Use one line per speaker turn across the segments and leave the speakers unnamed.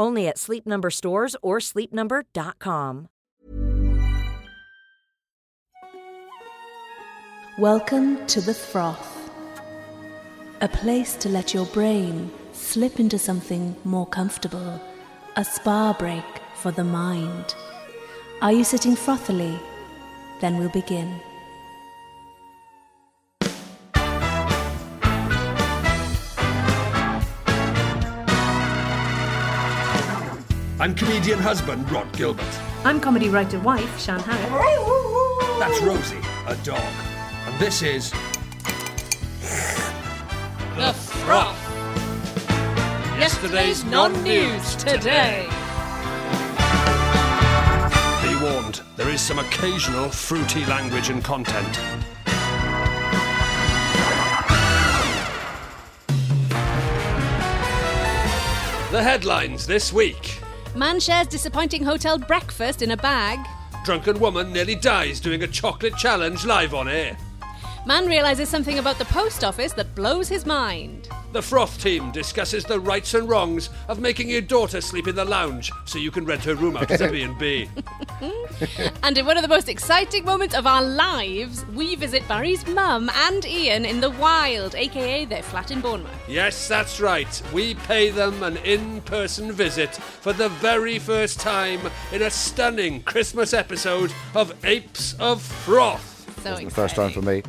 Only at Sleep Number stores or sleepnumber.com.
Welcome to the Froth, a place to let your brain slip into something more comfortable, a spa break for the mind. Are you sitting frothily? Then we'll begin.
I'm comedian husband Rod Gilbert.
I'm comedy writer wife Shan Harris.
That's Rosie, a dog. And this is.
The Froth. Yesterday's non-news today.
Be warned, there is some occasional fruity language and content. The headlines this week
Man shares disappointing hotel breakfast in a bag.
Drunken woman nearly dies doing a chocolate challenge live on air.
Man realizes something about the post office that blows his mind.
The Froth team discusses the rights and wrongs of making your daughter sleep in the lounge so you can rent her room out as a B&B.
And in one of the most exciting moments of our lives, we visit Barry's mum and Ian in the wild, aka their flat in Bournemouth.
Yes, that's right. We pay them an in person visit for the very first time in a stunning Christmas episode of Apes of Froth.
So
Wasn't the first time for me.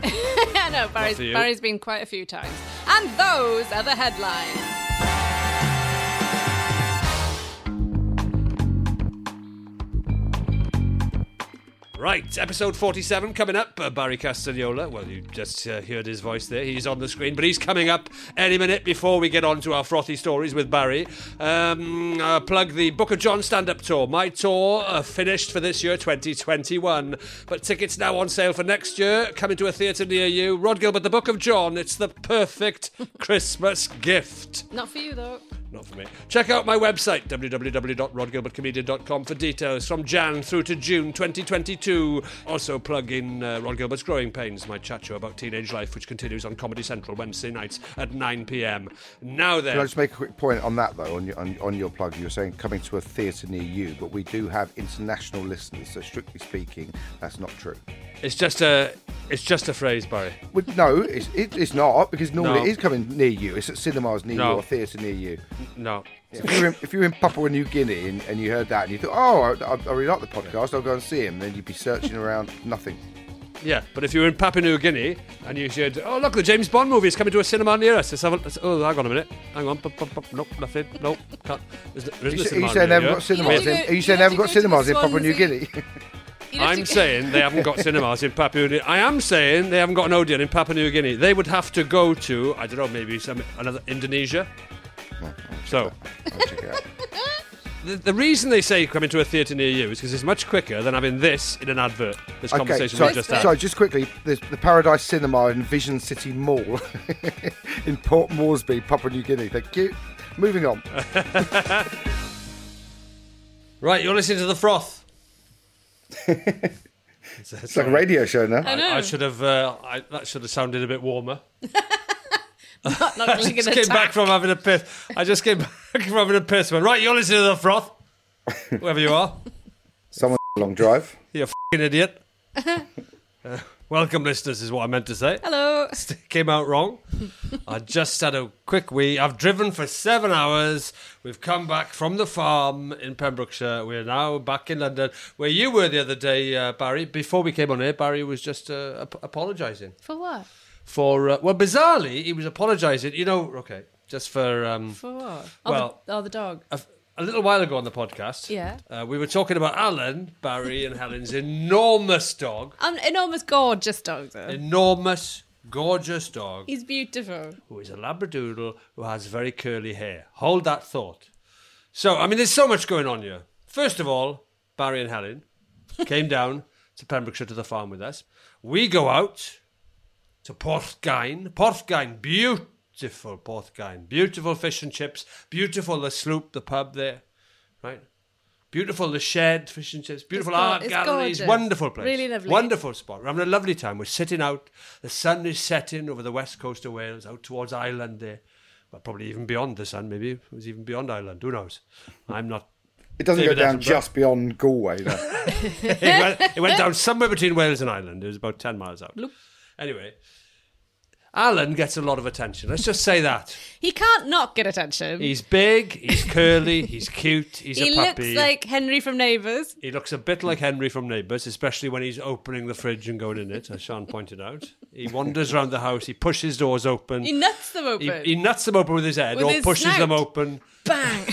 I know Barry's,
for you.
Barry's been quite a few times. And those are the headlines.
Right, episode 47 coming up. Uh, Barry Castagnola. Well, you just uh, heard his voice there. He's on the screen, but he's coming up any minute before we get on to our frothy stories with Barry. Um, uh, plug the Book of John stand up tour. My tour uh, finished for this year, 2021. But tickets now on sale for next year. Coming to a theatre near you. Rod Gilbert, The Book of John. It's the perfect Christmas gift.
Not for you though.
Not for me. Check out my website, www.rodgilbertcomedian.com, for details from Jan through to June 2022. Also, plug in uh, Rod Gilbert's Growing Pains, my chat show about teenage life, which continues on Comedy Central Wednesday nights at 9 pm. Now
Can I
then.
just make a quick point on that though? On your, on, on your plug, you were saying coming to a theatre near you, but we do have international listeners. So strictly speaking, that's not true.
It's just a. It's just a phrase, Barry.
Well, no, it's, it, it's not because normally
No.
it is coming near you. It's at cinemas near
No.
you or theatre near you.
No.
If you're in, if you're in Papua New Guinea and, and you heard that and you thought, oh, I, I really like the podcast, I'll go and see him, then you'd be searching around nothing.
Yeah, but if you're in Papua New Guinea and you said, "Oh look, the James Bond movie is coming to a cinema near us," let's have a, let's, oh, hang on a minute, hang on, bu- bu- bu- nope, nothing, nope, can't. There's,
Are
there's
you,
a
sa- are you
cinema
saying they
near
haven't
you.
got cinemas?
You have to
In, are you
go-
saying
you
they
have
haven't
to
got
go to the
cinemas in Papua New
Swansea.
Guinea?
You'd have
I'm
to-
saying they haven't got cinemas in Papua New I am saying they haven't got an Odeon in Papua New Guinea. They would have to go to, I don't know, maybe some another Indonesia. So
I'll check it out.
the, the reason they say come into a theatre near you is because it's much quicker than having this in an advert. This
Okay,
conversation
so,
we just had.
so just quickly, there's the Paradise Cinema in Vision City Mall in Port Moresby, Papua New Guinea. Thank you. Moving on.
Right, you're listening to the froth.
It's like a radio show now.
I,
know.
I should have. Uh, I, that should have sounded a bit warmer. I
Not gonna
just
get
came back
attacked.
from having a piss. I just came back from having a piss. Went, right, you're listening to the froth. Whoever you are,
Someone long drive.
you f***ing idiot. Uh, Welcome, listeners, is what I meant to say.
Hello.
Came out wrong. I just had a quick wee. I've driven for seven hours. We've come back from the farm in Pembrokeshire. We're now back in London, where you were the other day, uh, Barry. Before we came on here, Barry was just uh, ap- apologising
For what?
for. Uh, well, bizarrely, he was apologising. You know, okay, just for. Um,
For what?
Well-
oh, the, oh, the dog.
a, a little while ago on the podcast,
Yeah.
uh, we were talking about Alan, Barry, and Helen's enormous dog,
An enormous, gorgeous dog, though.
enormous, gorgeous dog,
He's beautiful.
who is a Labradoodle who has very curly hair. Hold that thought. So, I mean, there's so much going on here. First of all, Barry and Helen came down to Pembrokeshire to the farm with us. We go out to Porthgain. Porthgain, beautiful Porthgain. Beautiful fish and chips. Beautiful the sloop, the pub there. Right? Beautiful the shed, fish and chips. Beautiful
go-
art
it's
galleries.
gorgeous.
Wonderful place.
Really lovely.
Wonderful spot. We're having a lovely time. We're sitting out. The sun is setting over the west coast of Wales, out towards Ireland there. Well, probably even beyond the sun, maybe. It was even beyond Ireland. Who knows? I'm not
It doesn't
David
go down
Attenborough.
just beyond Galway, though.
it, went, it went down somewhere between Wales and Ireland. It was about 10 miles out. Anyway, Alan gets a lot of attention. Let's just say that.
He can't not get attention.
He's big, he's curly, he's cute, he's
he
a
looks
puppy.
like Henry from Neighbours.
he looks a bit like Henry from Neighbours, especially when he's opening the fridge and going in it, as Sean pointed out. He wanders around the house, he pushes doors open.
He nuts them
He,
open.
he nuts them open with his head
With
or
his
pushes them
snout.
open.
Bang.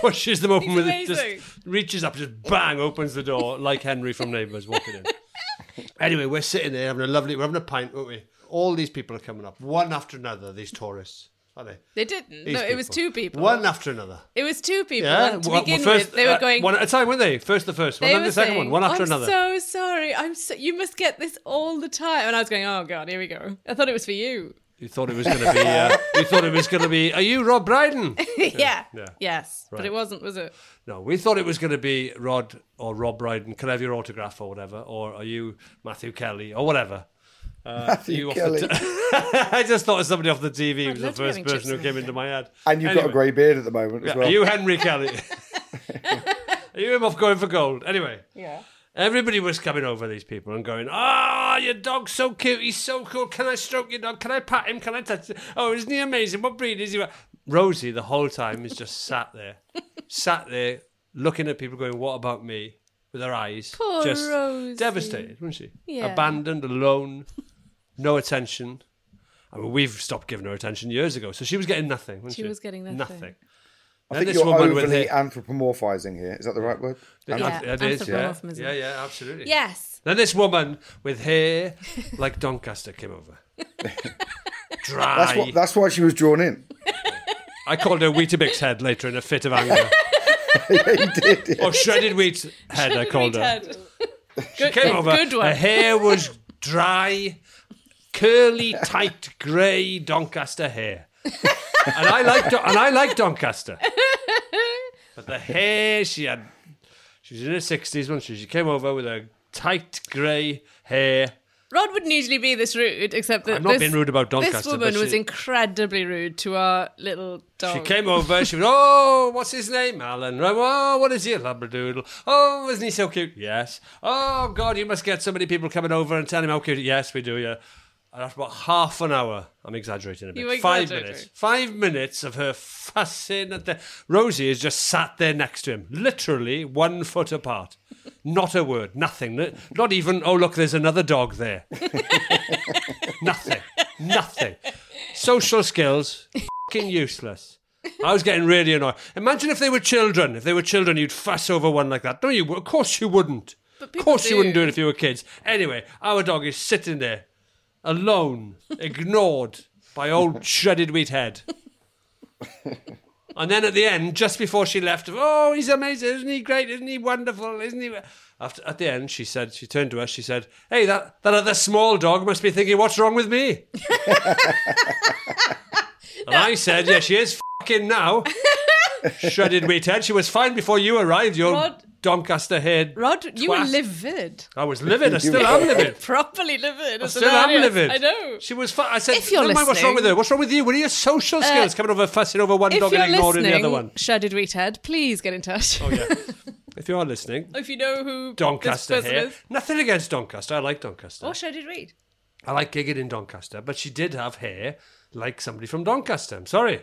pushes them open
He's
with it,
amazing.
just reaches up, just bang, opens the door like Henry from Neighbours walking in. anyway, we're sitting there having a lovely, we're having a pint, weren't we? All these people are coming up, one after another. These tourists, are they?
they didn't.
These
no, it was two people.
One after another.
It was two people.
Yeah.
and to
well, well,
begin
first-
with, they were
uh,
going.
one at a time, weren't they? First the first one,
they
then
were
the second
saying,
one, one after
I'm
another.
so sorry. I'm so. You must get this all the time. And I was going, oh god, here we go. I thought it was for you.
You thought it was going to be. Uh, you thought it was going to be. Are you Rob Brydon?
Yeah.
yeah.
Yes. But
Right.
it wasn't, was it?
No, we thought it was going to be Rod or Rob Brydon. Can I have your autograph or whatever? Or are you Matthew Kelly or whatever? Uh,
Matthew
you off the
Kelly.
t- I just thought of somebody off the TV was the
love to be
first person
having chips
who
in
came
there.
into my head.
And you've got a
Anyway.
grey beard at the moment as
Yeah,
well.
Are you Henry Kelly? are you him off going for gold? Anyway.
Yeah.
Everybody was coming over these people and going, "Ah, your dog's so cute. He's so cool. Can I stroke your dog? Can I pat him? Can I touch him? Oh, isn't he amazing? What breed is he?" Rosie the whole time is just sat there, sat there looking at people going, "What about me?" with her eyes,
Poor
just
Rosie.
devastated, wasn't she?
Yeah.
Abandoned, alone, no attention. I mean, we've stopped giving her attention years ago, so she was getting nothing. Wasn't she,
She was getting nothing.
Nothing.
I
Then
think
this
you're
woman with
overly
her-
anthropomorphising here. Is that the right word?
Yeah,
That is, yeah.
anthropomorphism.
yeah, yeah, absolutely.
Yes.
Then this woman with hair like Doncaster came over. Dry.
That's, what, that's why she was drawn in.
I called her Weetabix head later in a fit of anger. Or shredded wheat head, I called her.
Ted.
She came over.
good one.
Her hair was dry, curly, tight, grey Doncaster hair. and I like Don- and I like Doncaster. But the hair she had, she was in her sixties when she she came over with her tight grey hair.
Rod wouldn't usually be this rude, except that
I'm not
this,
being rude about
this
Doncaster, but
woman was
she-
incredibly rude to our little dog.
She came over. She was, oh, what's his name, Alan? Right? Oh, what is he, a labradoodle? Oh, isn't he so cute? Yes. Oh God, you must get so many people coming over and telling him how cute. Yes, we do. Yeah. And after about half an hour, I'm exaggerating a bit.
You were
Five
exaggerating.
minutes. Five minutes of her fussing at the. Rosie is just sat there next to him, literally one foot apart. Not a word. Nothing. Not even. Oh look, there's another dog there. nothing. Nothing. Social skills, fucking useless. I was getting really annoyed. Imagine if they were children. If they were children, you'd fuss over one like that. No, you. Of course you wouldn't. of
people
course you wouldn't
do.
do it if you were kids. Anyway, our dog is sitting there, alone, ignored by old shredded wheat head. And then at the end, just before she left, oh, he's amazing, isn't he great? Isn't he wonderful? Isn't he? After, at the end, she said, she turned to us, she said, hey, that, that other small dog must be thinking, what's wrong with me? and I said, yeah, she is fucking now. Shredded wheat head. She was fine before you arrived, you old
Rod-
Doncaster head.
Rod, you were
twat.
livid.
I was livid. I still am livid.
Properly livid.
I
It's
still am
hilarious.
livid.
I know.
She was. Fu- I said,
If you're
"Never mind, what's wrong
listening- Uh,
with her? What's wrong with you? What are your social skills coming over, fussing over one
If
dog
you're
and ignoring
listening,
the other one?"
Shredded Wheathead, please get in touch.
Oh, yeah. if you are listening,
If you know who
Doncaster
this person
here.
is. Oh,
Nothing against Doncaster. I like Doncaster.
Or should I did read?
I like gigging in Doncaster, but she did have hair like somebody from Doncaster. I'm sorry.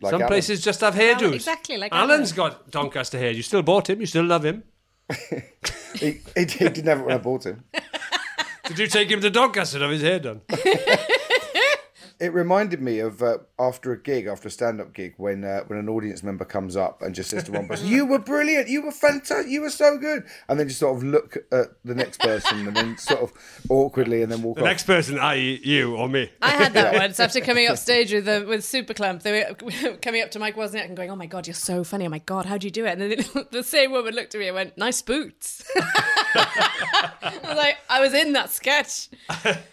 Like
Some
Alan.
places just have hairdos.
Alan- exactly, like
Alan's got Doncaster hair. You still bought him. You still love him.
He, he, did- he didn't have it when I bought him.
Did you take him to Doncaster and have his hair done?
It reminded me of uh, after a gig, after a stand-up gig, when uh, when an audience member comes up and just says to one person, "You were brilliant, you were fantastic, you were so good," and then just sort of look at the next person and then sort of awkwardly and then walk
The
off.
next person, i.e., you or me.
I had that once after coming up stage with um, with Superclamp. They were coming up to Mike Wozniak and going, "Oh my god, you're so funny! Oh my god, how do you do it?" And then the, the same woman looked at me and went, "Nice boots." I was like, "I was in that sketch,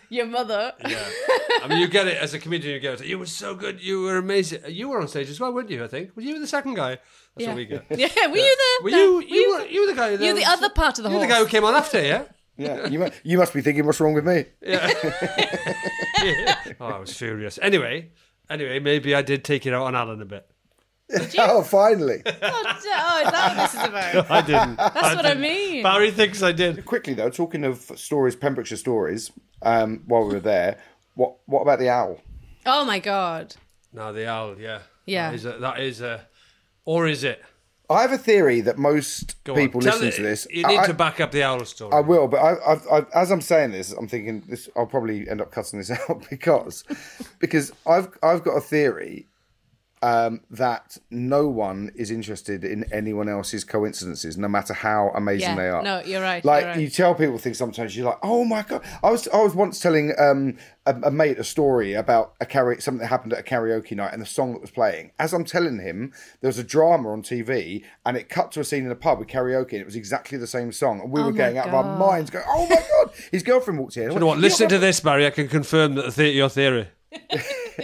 your mother."
Yeah. I mean, you get it as a comedian. You get it. You were so good. You were amazing. You were on stage as well, weren't you? I think. Well, you were the second guy. That's
Yeah.
what we get.
Yeah, were you there?
Were
No,
you? you were. You were the guy. that
You're the
was-
other part of the
You're the
horse.
guy who came on after, yeah.
Yeah, you, mu- you must be thinking, "What's wrong with me?"
Oh, I was furious. Anyway, anyway, maybe I did take it out on Alan a bit.
Oh, finally!
Oh, d- oh, is that what this is about?
I didn't.
That's what I mean.
Barry thinks I did.
Quickly though, talking of stories, Pembrokeshire stories. Um, while we were there, what what about the owl?
Oh my god.
No, the owl. Yeah.
Yeah.
That is. A, that is a, or is it?
I have a theory that most
Go on.
people
Tell
listening
it-
to this.
You need
I-
to back up the owl story.
I will, but I, I've, I've, as I'm saying this, I'm thinking this. I'll probably end up cutting this out because, because I've I've got a theory um, that no one is interested in anyone else's coincidences, no matter how amazing
Yeah.
they are.
No, you're right,
Like
you're right.
you tell people things sometimes, you're like, oh my god. I was I was once telling um, a, a mate a story about a karaoke, something that happened at a karaoke night and the song that was playing. As I'm telling him, there was a drama on TV and it cut to a scene in a pub with karaoke, and it was exactly the same song, and we were going out of our minds, going, oh my god. His girlfriend walked in.
You know what? Listen to this, Barry. I can confirm that the the- your theory.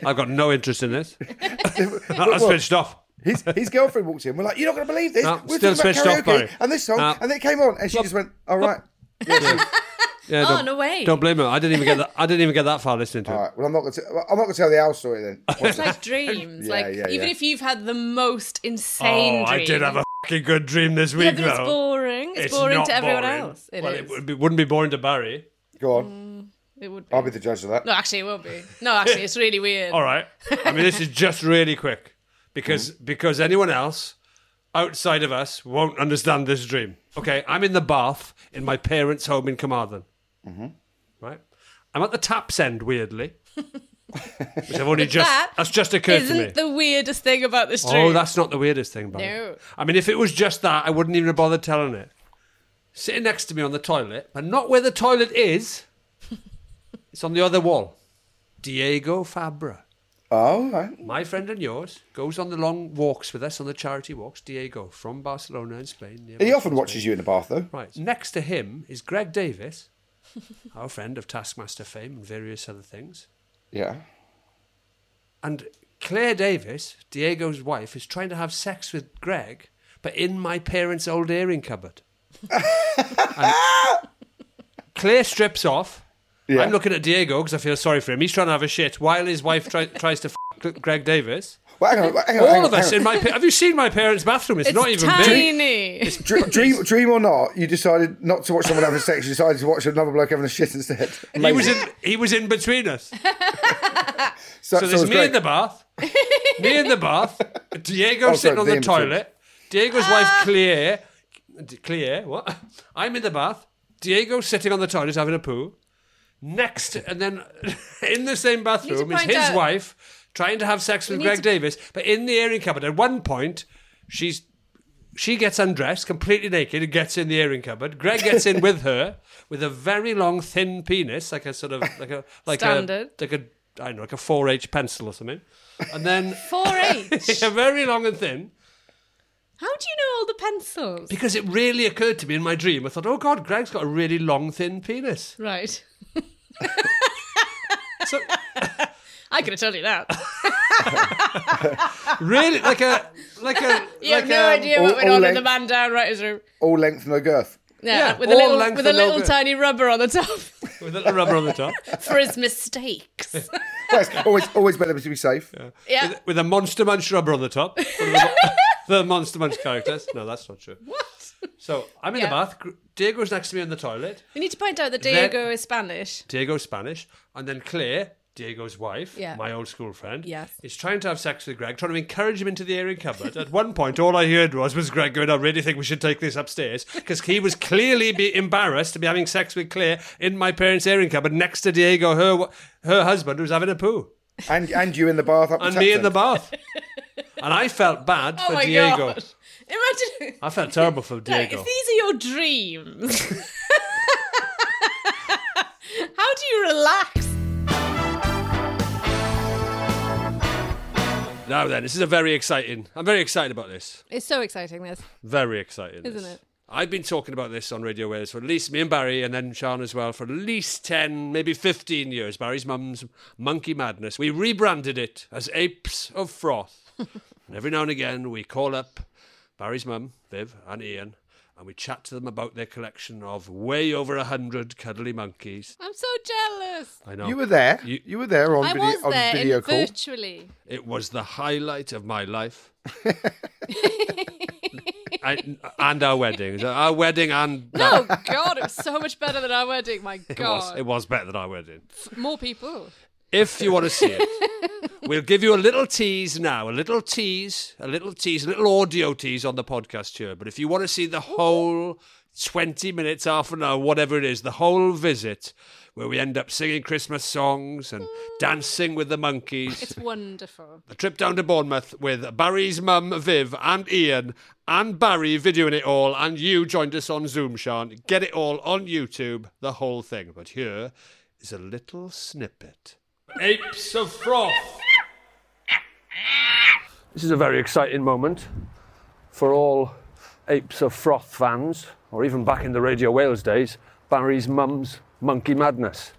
I've got no interest in this. I, I switched off.
His, his girlfriend walked in. We're like, you're not going to believe this.
No,
we're
still
talking
switched off,
about
Barry.
karaoke and this song,
No.
and then it came on, and she just went, all right.
Yeah,
Oh,
don't-
no way.
Don't blame her. I didn't even get that. I didn't even get that far listening to it.
All right. Well, I'm not going to. I'm not going to tell the owl story then.
It's like dreams.
Yeah,
like
yeah,
even
yeah.
if you've had the most insane
Oh,
dream.
I did have a fucking good dream this
yeah,
week,
but it's
though.
boring. It's, boring
not
to everyone
boring.
else. It
well,
is.
it would be, wouldn't be boring to Barry.
Go on.
It would be.
I'll be the judge of that.
No, actually, it won't be. No, actually, it's really weird.
All right. I mean, this is just really quick because because anyone else outside of us won't understand this dream. Okay, I'm in the bath in my parents' home in Carmarthen. Right. I'm at the taps end, weirdly. Which I've only
But
just
that
that's just occurred to me.
Isn't the weirdest thing about this dream?
Oh, that's not the weirdest thing, Barry.
No.
I mean, if it was just that, I wouldn't even have bothered telling it. Sitting next to me on the toilet, but not where the toilet is. it's on the other wall. Diego Fabra,
Oh, all right.
my friend and yours, goes on the long walks with us on the charity walks. Diego from Barcelona in Spain. near
He
Barcelona,
often watches
Spain.
you in the bath, though.
Right. Next to him is Greg Davis, our friend of Taskmaster fame and various other things.
Yeah.
And Claire Davis, Diego's wife, is trying to have sex with Greg, but in my parents' old earring cupboard. And Claire strips off.
Yeah.
I'm looking at Diego because I feel sorry for him. He's trying to have a shit while his wife try- tries to f- Greg Davis.
Well, hang on, hang on, hang
All
on,
of us
hang
in
on.
my. Pa- have you seen my parents' bathroom? It's,
it's
not even big.
tiny.
Dr- dream, dream or not, you decided not to watch someone having sex. You decided to watch another bloke having a shit instead.
He
Amazing.
was in. He was in between us.
So,
So
so
there's
it's
me
great.
in the bath, me in the bath, Diego
Oh, sorry,
sitting on
the
the
in-betweens.
toilet, Diego's
Ah.
wife Claire, D- Claire, what? I'm in the bath, Diego sitting on the toilet having a poo. Next, and then in the same bathroom is
point
his
out-
wife trying to have sex with
need
Greg
to-
Davis, but in the airing cupboard. At one point, she's she gets undressed, completely naked, and gets in the airing cupboard. Greg gets in with her with a very long, thin penis, like a sort of like a like
Standard.
a like a I don't know, like a four H pencil or something. And then
Four H.
yeah, very long and thin.
How do you know all the pencils?
Because it really occurred to me in my dream. I thought, oh God, Greg's got a really long, thin penis.
Right.
So
I could have told you that.
really like a like a
You
like um,
have no
a,
idea what
all-
went on
all
in
length-
the man down writer's room.
All length, no girth.
Yeah,
Yeah,
with a
all
little
length
with a
and no
little
girth.
tiny rubber on the top
with a little rubber on the top.
for his mistakes.
Well, it's always, always better to be safe.
Yeah.
With, with a monster munch rubber on the top. One of the, mo- the monster munch characters. No, that's not true.
what?
So I'm in
Yeah.
the bath. Gr- Diego's next to me on the toilet.
We need to point out that
Then-
Diego is Spanish.
Diego's Spanish, and then Claire, Diego's wife,
Yeah.
my old school friend,
Yes.
is trying to have sex with Greg, trying to encourage him into the airing cupboard. At one point, all I heard was, was Greg going, I really think we should take this upstairs, because he was clearly be embarrassed to be having sex with Claire in my parents' airing cupboard next to Diego, her wa- her husband, who's having a poo,
And and you in the bath up
and
the
me in the
Tapton.
bath. and I felt bad
Oh
for
my
Diego.
god! Imagine.
I felt terrible for
No,
Ah, Diego.
if these are your dreams, how do you relax?
Now then, this is a very exciting. I'm very excited about this.
It's so exciting. This.
Very exciting,
Isn't
this.
it?
I've been talking about this on Radio Wales for at least me and Barry, and then Sean as well, for at least 10, maybe 15 years. Barry's mum's Monkey Madness. We rebranded it as Apes of Froth. and every now and again, we call up Barry's mum, Viv, and Ian, and we chat to them about their collection of way over 100 cuddly monkeys.
I'm so jealous.
I know.
You were there. You,
You-
were there on
I
video,
was
on
there
video
in
call.
virtually.
It was the highlight of my life. I, and our wedding. Our wedding and.
Oh God, it was so much better than our wedding. My
It was,
God,
it was better than I went in.
more people.
If you want to see it, we'll give you a little tease now, a little tease, a little tease, a little audio tease on the podcast here. But if you want to see the whole 20 minutes, half an hour, whatever it is, the whole visit, where we end up singing Christmas songs and dancing with the monkeys,
It's wonderful.
a trip down to Bournemouth with Barry's mum, Viv, and Ian, and Barry videoing it all, and you joined us on Zoom, Sean. Get it all on YouTube, the whole thing. But here is a little snippet Apes of Froth. This is a very exciting moment for all Apes of Froth fans, or even back in the Radio Wales days, Barry's mum's Monkey Madness.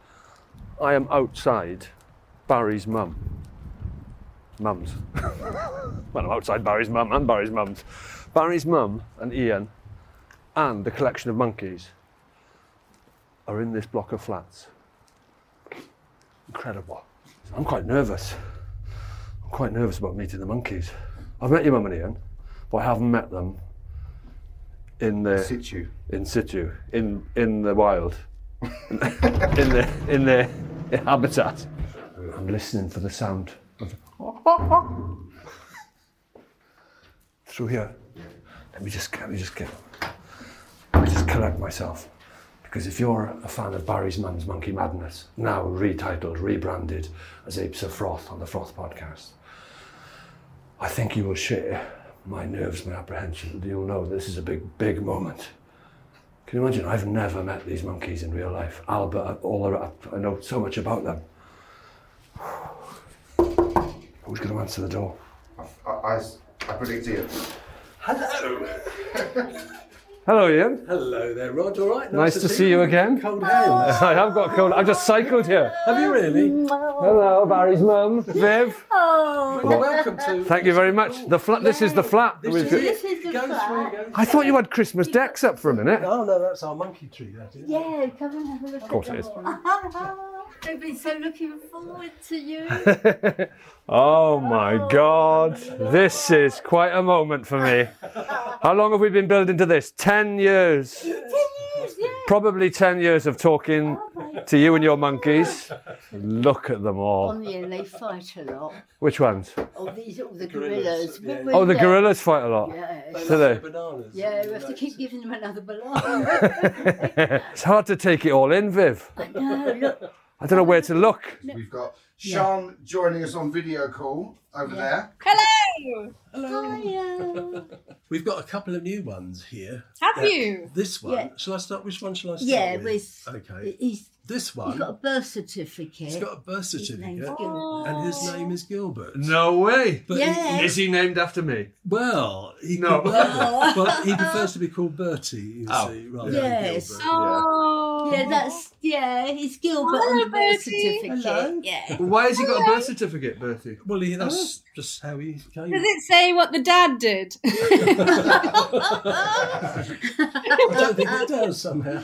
I am outside Barry's mum mums. well, I'm outside Barry's mum and Barry's mum's. Barry's mum and Ian and the collection of monkeys are in this block of flats. Incredible. I'm quite nervous. I'm quite nervous about meeting the monkeys. I've met your mum and Ian, but I haven't met them in the
Situ.
in situ, in in the wild, in the in the habitat. I'm listening for the sound of through here. Let me just let me just get let me just collect myself, because if you're a fan of Barry's Mum's Monkey Madness, now retitled, rebranded as Apes of Froth on the Froth podcast, I think you will share my nerves, my apprehension. You'll know this is a big, big moment. Can you imagine? I've never met these monkeys in real life. Albert, all the, I know so much about them. Who's going to answer the door?
I, I, I predict you.
Hello.
Hello, Ian.
Hello there, Rod. All right.
Nice to see you again.
Cold
Oh.
hands.
I have got cold. I've just cycled here.
Have you really?
Hello, Barry's mum, Viv.
Well, welcome to.
Thank you very much. The flat. This is the flat. we've got-
This is the flat.
I thought you had Christmas decks up for a minute.
Oh no, that's our monkey tree. That is.
Yeah, come and have a look. Of
course it is.
I've been so looking forward to you.
Oh my God. This is quite a moment for me. How long have we been building to this? 10 years.
Ten years, yeah. Oh
Probably 10 years of talking to you and your monkeys. Look at them all.
On the end, they fight a lot.
Which ones?
Oh, these all the gorillas. When we're
Oh, the
there-
gorillas fight a lot.
Yes.
Do they?
Bananas.
Yeah, we have to keep giving them another balloon.
It's hard to take it all in, Viv.
no, look.
I don't know where to look.
We've got Sean joining us on video call over there.
Hello.
Hiya.
We've got a couple of new ones here.
Have
Uh,
you?
This one.
Yeah.
Shall I start? Which one shall I start
Yeah,
with?
with
Okay.
he's,
This
he's
one.
got a birth certificate.
He's got a birth
His name's
certificate,
Gilbert.
and his
Oh.
name is Gilbert.
No way.
But
Yeah.
he,
Is he named after me?
well, he
No.
well, but he prefers to be called Bertie, you
Oh.
see, rather
Yes.
than Gilbert.
Oh.
Yeah, that's yeah. He's Gilbert
Hello,
on the birth
Bertie.
certificate.
Hello.
Yeah.
Why has he got a birth certificate, Bertie?
Well, he, that's
Oh.
just how he came.
Does it say what the dad did?
I don't think Uh, it does somehow.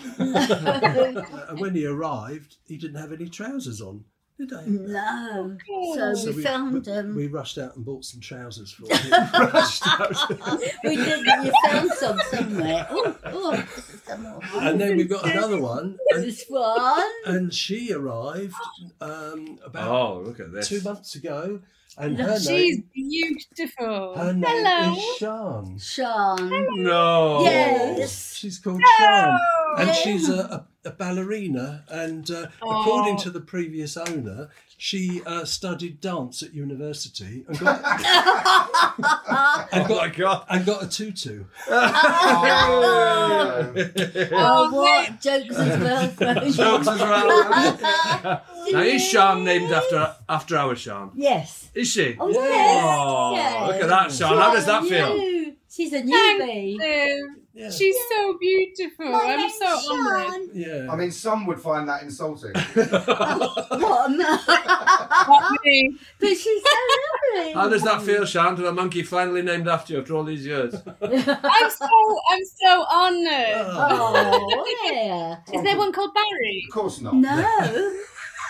and when he arrived, he didn't have any trousers on. did I?
No. So,
So
we, found
we,
um,
we rushed out and bought some trousers for him. rushed out.
Oh, we did. You found some somewhere. Oh, oh, some more.
and then we've got another one, and,
This one.
and she arrived um, about
Oh, look at this.
two months ago, and her
She's
name,
beautiful.
her name
Hello.
is Shan.
Sean.
No.
Yes.
She's called Shan, and she's a, a, a ballerina. And uh, according
Oh.
to the previous owner, she uh, studied dance at university and got
Oh my god.
and got a tutu.
Oh, what jokes as well? Frodo.
Jokes as well. now is Sean named after after our Sean?
Yes.
Is she?
Oh, yes.
Oh,
yes.
look at that,
Oh,
Sean. How does that feel?
New. She's a newbie. Oh,
Thank you.
Yeah.
Um, She's so beautiful.
Oh,
My
I'm
name's
so honoured.
Sean.
Yeah.
I mean, some would find that insulting.
What a man.
Not me.
but she's so lovely.
How does that feel, Sean, to the monkey finally named after you after all these years?
I'm so I'm so honoured.
Oh, yeah.
Is there one called Barry?
Of course not.
No.
I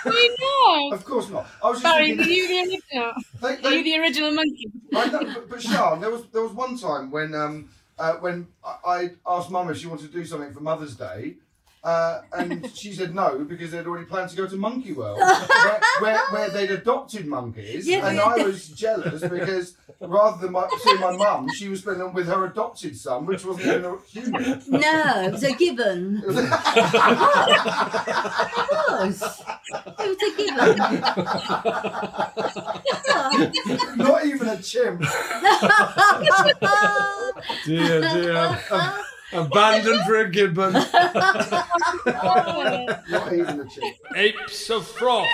know.
Of course not. I was just
Barry, were
thinking.
you the original?
They,
Are
they,
you the original monkey?
I know, but, but Sean, there was there was one time when um uh, when I, I asked Mum if she wanted to do something for Mother's Day, uh, and she said no because they'd already planned to go to Monkey World, where, where, where they'd adopted monkeys,
Yeah,
and
we
I was jealous because rather than my, seeing my mum, she was spending with her adopted son, which wasn't even a human.
No, it was a gibbon. it was. It was a gibbon.
Not even a chimp.
dear, dear. Abandoned for a gibbon.
Not even a chimp.
Apes of Froth.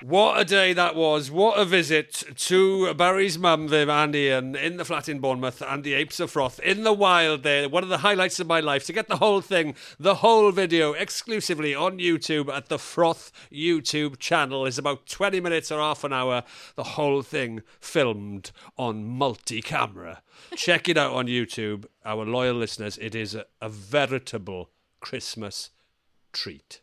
What a day that was. What a visit to Barry's mum, Viv and Ian, in the flat in Bournemouth and the Apes of Froth in the wild there. One of the highlights of my life. To get the whole thing, the whole video, exclusively on YouTube at the Froth YouTube channel. It's about 20 minutes or half an hour. The whole thing filmed on multi camera. Check it out on YouTube, our loyal listeners. It is a, a veritable Christmas treat.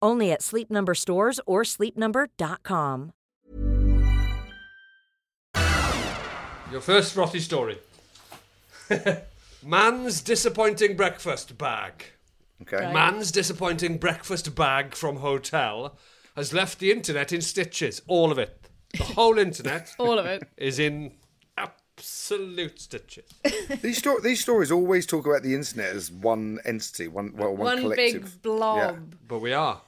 Only at Sleep Number stores or sleepnumber.com.
Your first frothy story. Man's disappointing breakfast bag.
Okay.
Man's disappointing breakfast bag from hotel has left the internet in stitches. All of it. The whole internet
All of it.
is in absolute stitches.
These, sto- these stories always talk about the internet as one entity, one well, one,
One big
collective.
blob.
But we are.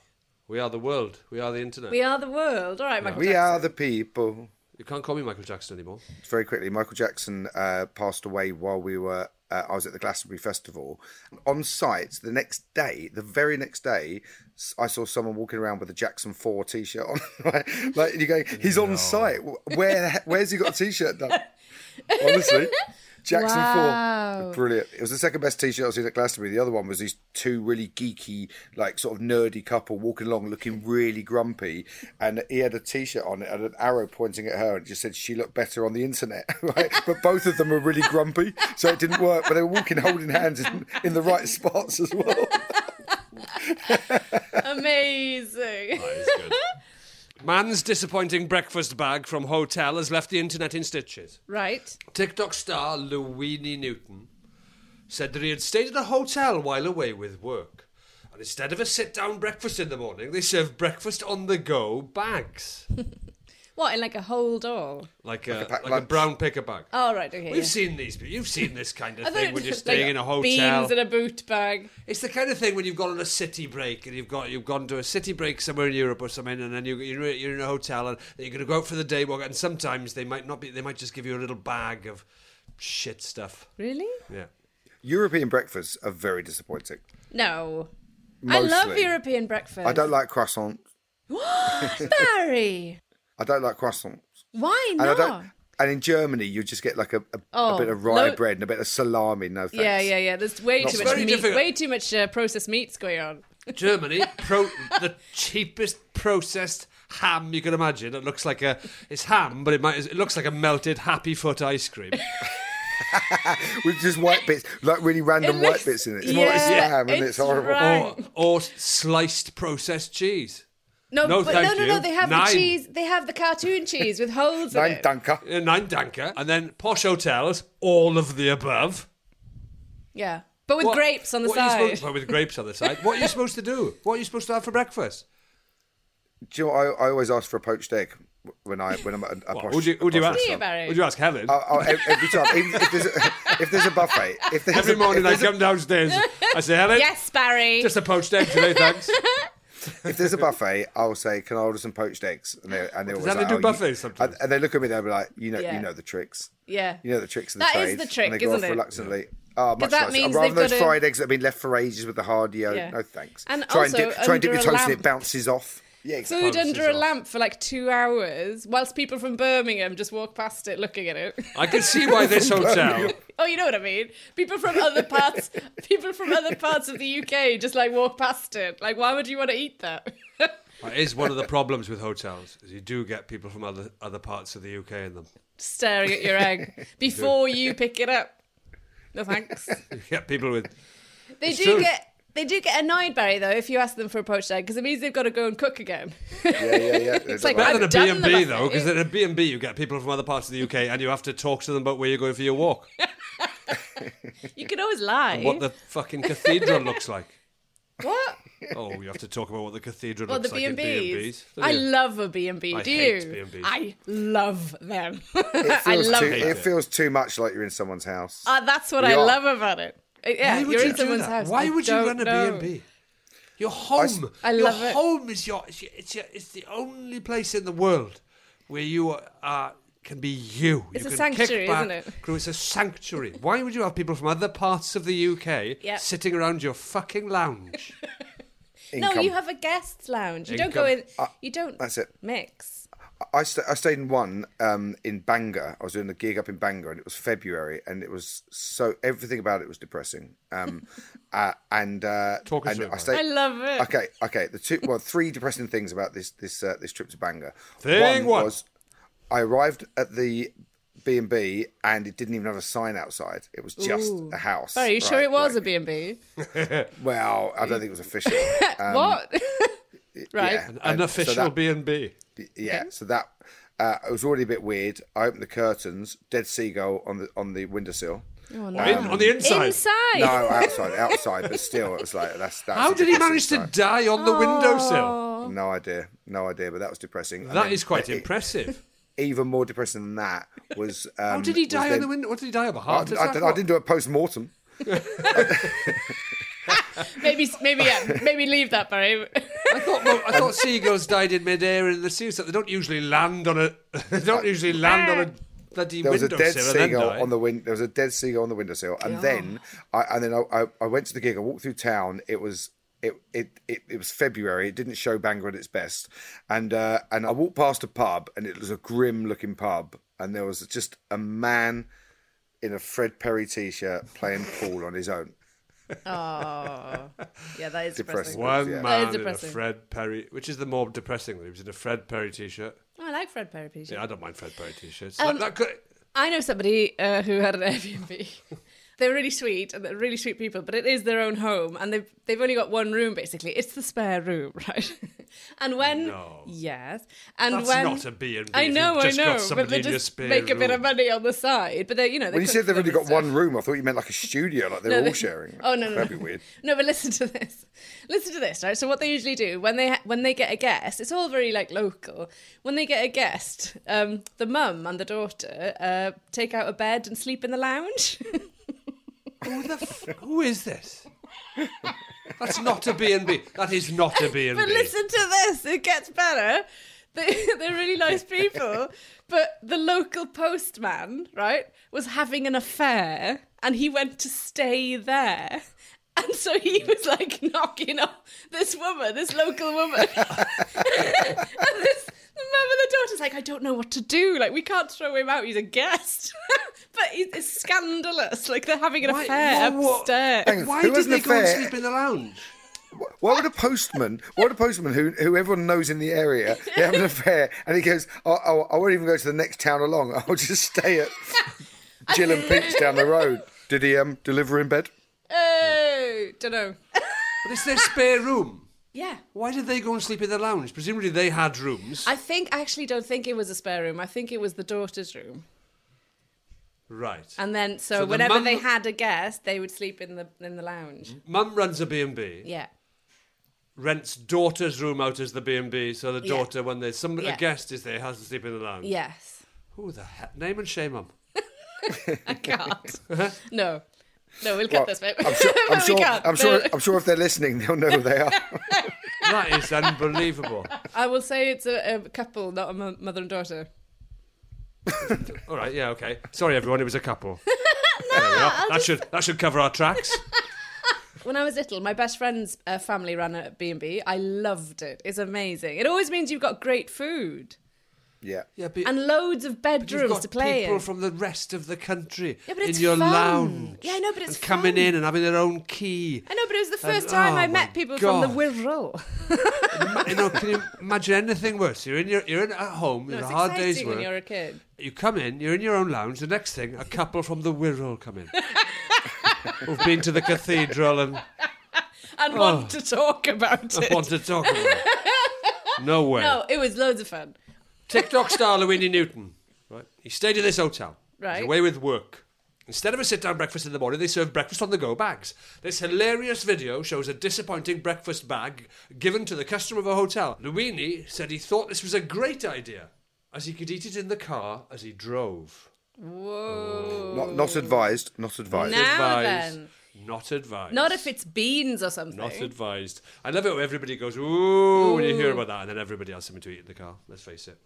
We are the world. We are the internet.
We are the world. All right, Michael.
We
Jackson.
are the people.
You can't call me Michael Jackson anymore.
Very quickly, Michael Jackson uh, passed away while we were. Uh, I was at the Glastonbury Festival. On site, the next day, the very next day, s- I saw someone walking around with a Jackson Four T-shirt on. Right? Like you're going, he's on site. Where where's he got a T-shirt done? Honestly, Jackson
Wow.
Four, brillight. It was the second best T-shirt I've seen at Glastonbury. The other one was these two really geeky, like sort of nerdy couple walking along, looking really grumpy, and he had a T-shirt on it and an arrow pointing at her, and just said she looked better on the internet. right? But both of them were really grumpy, so it didn't work. But they were walking holding hands in, in the right spots as well.
Amazing.
Man's disappointing breakfast bag from hotel has left the internet in stitches.
right.
TikTok star Luini Newton said that he had stayed at a hotel while away with work. And instead of a sit down breakfast in the morning, they served breakfast on the go bags.
What, in like a whole door?
Like a,
packed
like a
lunch.
brown picker bag.
Oh, right, okay.
We've
yeah.
seen these, but you've seen this kind of
I thought
thing
it
when you're
was like
staying in a hotel.
Beans in a boot bag.
It's the kind of thing when you've gone on a city break and you've got you've gone to a city break somewhere in Europe or something, and then you, you're you're in a hotel and you're going to go out for the day walk, and sometimes they might not be, they might just give you a little bag of shit stuff.
Really?
Yeah.
European breakfasts are very disappointing.
No. I
Mostly.
love European breakfast.
I don't like croissants.
Barry.
I don't like croissants.
Why
And I
not?
don't. And in Germany, you just get like a, a,
Oh,
a bit of rye
no-
bread and a bit of salami. No thanks.
Yeah, yeah, yeah. There's way
Not
too
so
much
very
meat.
difficult.
Way too much uh, processed meats going on.
Germany, pro- the cheapest processed ham you can imagine. It looks like a it's ham, but it might it looks like a melted happy foot ice cream.
With just white bits, like really random
It
white
looks-
bits in it. It's more like
yeah,
spam and it's,
it's
horrible.
right.
or or sliced processed cheese.
No,
No,
but no,
thank
no,
you.
no. They have
Nine.
the cheese. They have the cartoon cheese with holes in
Nine
it.
dunker.
Uh, Nine danker, and then posh hotels, all of the above.
Yeah, but with
What-
grapes on the
what are you
side.
supposed- well, with grapes on the side. What are you supposed to do? What are you supposed to have for breakfast?
Do you know, what? I, I always ask for a poached egg when I when I'm at a, a
What,
posh.
who do you,
a
who do you
posh
ask? Uh,
you,
restaurant.
Barry.
Who do you ask, Helen?
Oh, oh, ev- every time, Even if there's a, if there's a buffet, if there's
Every
a,
morning I
if there's,
come downstairs, I say, Helen,
yes, Barry.
just a poached egg today, thanks.
a, if there's a buffet, I'll say, "Can I order some poached eggs?" And they and they always
that
like,
they do
"Oh, you-"
buffets sometimes?
And, and they look at me, they'll be like, "You know,
Yeah.
you know the tricks."
yeah.
You know the tricks of the
That
trade.
is the trick,
and they go
isn't
off
it?
reluctantly. Oh, much
that
nicer.
means
Rather than
they've
those
gotta-
fried eggs that have been left for ages with the hardio.
Yeah.
No thanks.
And
try and
also
dip, try and dip your
under a
toast and
lamp.
it bounces off. Yeah, exactly.
Food under a
off.
lamp for like two hours, whilst people from Birmingham just walk past it looking at it.
I can see why this hotel.
Oh, you know what I mean? People from other parts, people from other parts of the UK just like walk past it. Like, why would you want to eat that?
That is one of the problems with hotels, is you do get people from other other parts of the UK in them.
Staring at your egg before you pick it up. No thanks.
You get people with
They
It's
do
true.
get they do get annoyed, Barry, though, if you ask them for a poached egg, because it means they've got to go and cook again.
Yeah, yeah, yeah. It's
like-
better
I've
than a B
done
and
the
B
buffet.
though, because at a B and B you get people from other parts of the UK, and you have to talk to them about where you're going for your walk,
You can always lie.
what the fucking cathedral looks like.
What?
Oh, you have to talk about what the cathedral
Well, the
looks
B
like in
and B's.
B&Bs.
I love a B and B.
I
Do
hate
you?
B&Bs.
I love them.
it
I
feels
love
too,
them.
it feels too much like you're in someone's house.
Ah, that's what
We
I
are.
love about it. Uh, Yeah,
Why would
you're
you
in
do
someone's
that?
house.
Why
I
would you
don't
run a B
know.
and B? Your home.
I
your
love it.
home is your it's, your. it's your. It's the only place in the world where you are can be you.
It's
you
a
can
sanctuary,
kick back,
isn't it?
It's a sanctuary. Why would you have people from other parts of the UK
Yep.
sitting around your fucking lounge?
No,
Income.
you have a guests lounge. You don't
Income.
go in. You don't.
that's it.
Mix.
I, sta I stayed in one um, in Bangor. I was doing a gig up in Bangor, and it was February, and it was so everything about it was depressing. Um, uh, and uh,
Talk us
and
through it,
I, stayed,
I love it.
Okay, okay. The two, well, three depressing things about this this uh, this trip to Bangor.
Thing one.
was I arrived at the B and B, and it didn't even have a sign outside. It was just a house.
Barry, you sure
right,
it was
like-
a B and B?
Well, I don't think it was official. Um,
What? right.
yeah.
An
And so
official
that-
B and B.
yeah so that uh, it was already a bit weird i opened the curtains dead seagull on the on the windowsill
On the inside.
Inside.
no outside outside but still it was like that's, that's
How
a
did he
depressing
manage to
sight.
die on the
Oh.
windowsill?
no idea no idea but that was depressing And
That
then
is quite
e-
impressive.
even more depressing than that was um,
Oh,
How did he die on the
window?
window? What did he die of? A
I,
heart
I,
attack?
I, didn't do a post-mortem
Maybe. Maybe. Yeah. Maybe leave that, Barry.
I thought mo- I thought seagulls died in midair in the sea. So they don't usually land on a. They don't usually land on a bloody
there was a
windowsill
dead
and then
seagull
die.
on the wind. There was a dead seagull on the windowsill, and then I and then I, I, I went to the gig. I walked through town. It was it it it, it was February. It didn't show Bangor at its best, and uh, and I walked past a pub, and it was a grim looking pub, and there was just a man in a Fred Perry t-shirt playing pool on his own.
Oh, yeah, that is
Depressing.
depressing.
One
Yeah.
That
man
is
in a
depressing.
Fred Perry, which is the more depressing one. He was in a Fred Perry t-shirt.
Oh, I like Fred Perry Peter.
Yeah, I don't mind Fred Perry t-shirts. that,
Um,
that could,
I know somebody uh, who had an Airbnb. they're really sweet and they're really sweet people, but it is their own home and they've, they've only got one room basically. It's the spare room, right? and when.
No.
Yes. And
That's
when.
not a B&B
I
if
know,
you've
I
just got
know, but
somebody
they
in your
just
spare
make a bit
room.
of money on the side. But they, you know, they
When you
cook
said they've
for
only
them
got
and stuff.
one room, I thought you meant like a studio, like they're
No,
all
they-
sharing.
Oh no, no,
that'd
no.
be weird.
No, but listen to this. Listen to this, right? So what they usually do when they when they get a guest, it's all very like local. When they get a guest, um, the mum and the daughter uh, take out a bed and sleep in the lounge.
who, the f- who is this? That's not a B&B. That is not a B&B.
but listen to this. It gets better. They, they're really nice people, but the local postman, right, was having an affair, and he went to stay there. And so he was like knocking off this woman, this local woman. and this the mum and the daughter's like, I don't know what to do. Like, we can't throw him out. He's a guest. but it- it's scandalous. Like, they're having an
Why-
affair
whoa, whoa.
upstairs.
Hang on,
Why
who
did
has an
they go and
affair?
sleep in the lounge?
Why would a postman, why would a postman who, who everyone knows in the area, they have an affair, and he goes, oh, oh, I won't even go to the next town along. I'll just stay at Jill and Pete's down the road. Did he um, deliver in bed?
Oh, don't know.
But it's their spare room.
Yeah.
Why did they go and sleep in the lounge? Presumably they had rooms.
I think I actually don't think it was a spare room. I think it was the daughter's room.
Right.
And then so,
So the
whenever
mum- Mm-hmm.
they had a guest, they would sleep in the in the lounge.
Mum runs a B&B,
Yeah.
rents daughter's room out as the B&B, so the
Yeah.
daughter, when there's some
Yeah.
a guest is there, has to sleep in the lounge.
Yes.
Who the heck? Name and shame, Mum.
I can't. no. No, we'll cut
Well,
this bit.
I'm sure,
But
I'm
we
sure,
can't.
I'm sure,
No.
I'm sure if they're listening, they'll know who they are.
That is unbelievable.
I will say it's a, a couple, not a mo- mother and daughter.
All right, yeah, okay. Sorry, everyone, it was a couple. There we are. That should that should cover our tracks.
When I was little, my best friend's uh, family ran a B&B. I loved it. It's amazing. It always means you've got great food
yeah.
Yeah, but,
and loads of
but you've
bedrooms
got
to play
people
in.
from the rest of the country
Yeah, but it's
in your
fun.
lounge.
Yeah, I know, but it's
and coming
fun.
in and having their own key.
I know, but it was the
And-
first time
oh
I
my
met people from
God.
the Wirral.
Ma- you know, can you imagine anything worse? You're in your, you're in at home.
No,
it's
it's
a hard
exciting
day's
when
work.
you're a kid.
You come in, you're in your own lounge. The next thing, a couple from the Wirral come in. Who've been to the cathedral and
And want to talk about it.
Oh. want to talk about. it. No way.
No, it was loads of fun.
TikTok star Luini Newton. Right. He stayed at this hotel. He's
Right.
away with work. Instead of a sit down breakfast in the morning, they serve breakfast on the go bags. This hilarious video shows a disappointing breakfast bag given to the customer of a hotel. Luini said he thought this was a great idea, as he could eat it in the car as he drove.
Whoa.
Not, not advised. Not advised.
Now
advised.
Ah, then.
Not advised.
Not if it's beans or something.
Not advised. I love it when everybody goes, ooh, when you hear about that, and then everybody has something to eat in the car. Let's face it.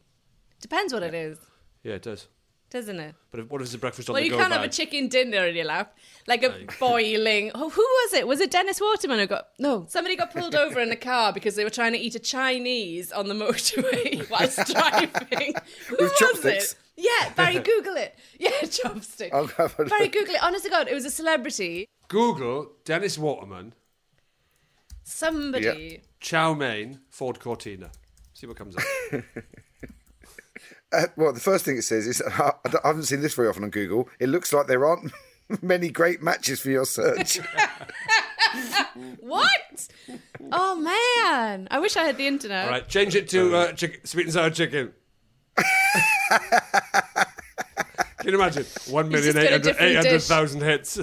Depends what it is,
Yeah, it does.
doesn't it?
But if, what if it's a breakfast on
Well,
the
you
go
can't
bag?
have a chicken dinner in your lap, like a boiling. Oh, who was it? Was it Dennis Waterman who got no? Somebody got pulled over in a car because they were trying to eat a Chinese on the motorway whilst driving. Who
With
was
chopsticks?
it? Yeah, Barry, Google it. Yeah, chopsticks.
I'll have a look.
Barry, Google it. Honest to God, it was a celebrity.
Google Dennis Waterman,
Somebody.
Chow Mein, Ford Cortina. See what comes up.
Uh, well, the first thing it says is I, don't- I haven't seen this very often on Google. It looks like there aren't many great matches for your search.
What? Oh man, I wish I had the internet.
All right, change it to uh, chicken, sweet and sour chicken. Can you imagine? One
He's
million
just got a
eight hundred
different
eight hundred
dish.
thousand hits.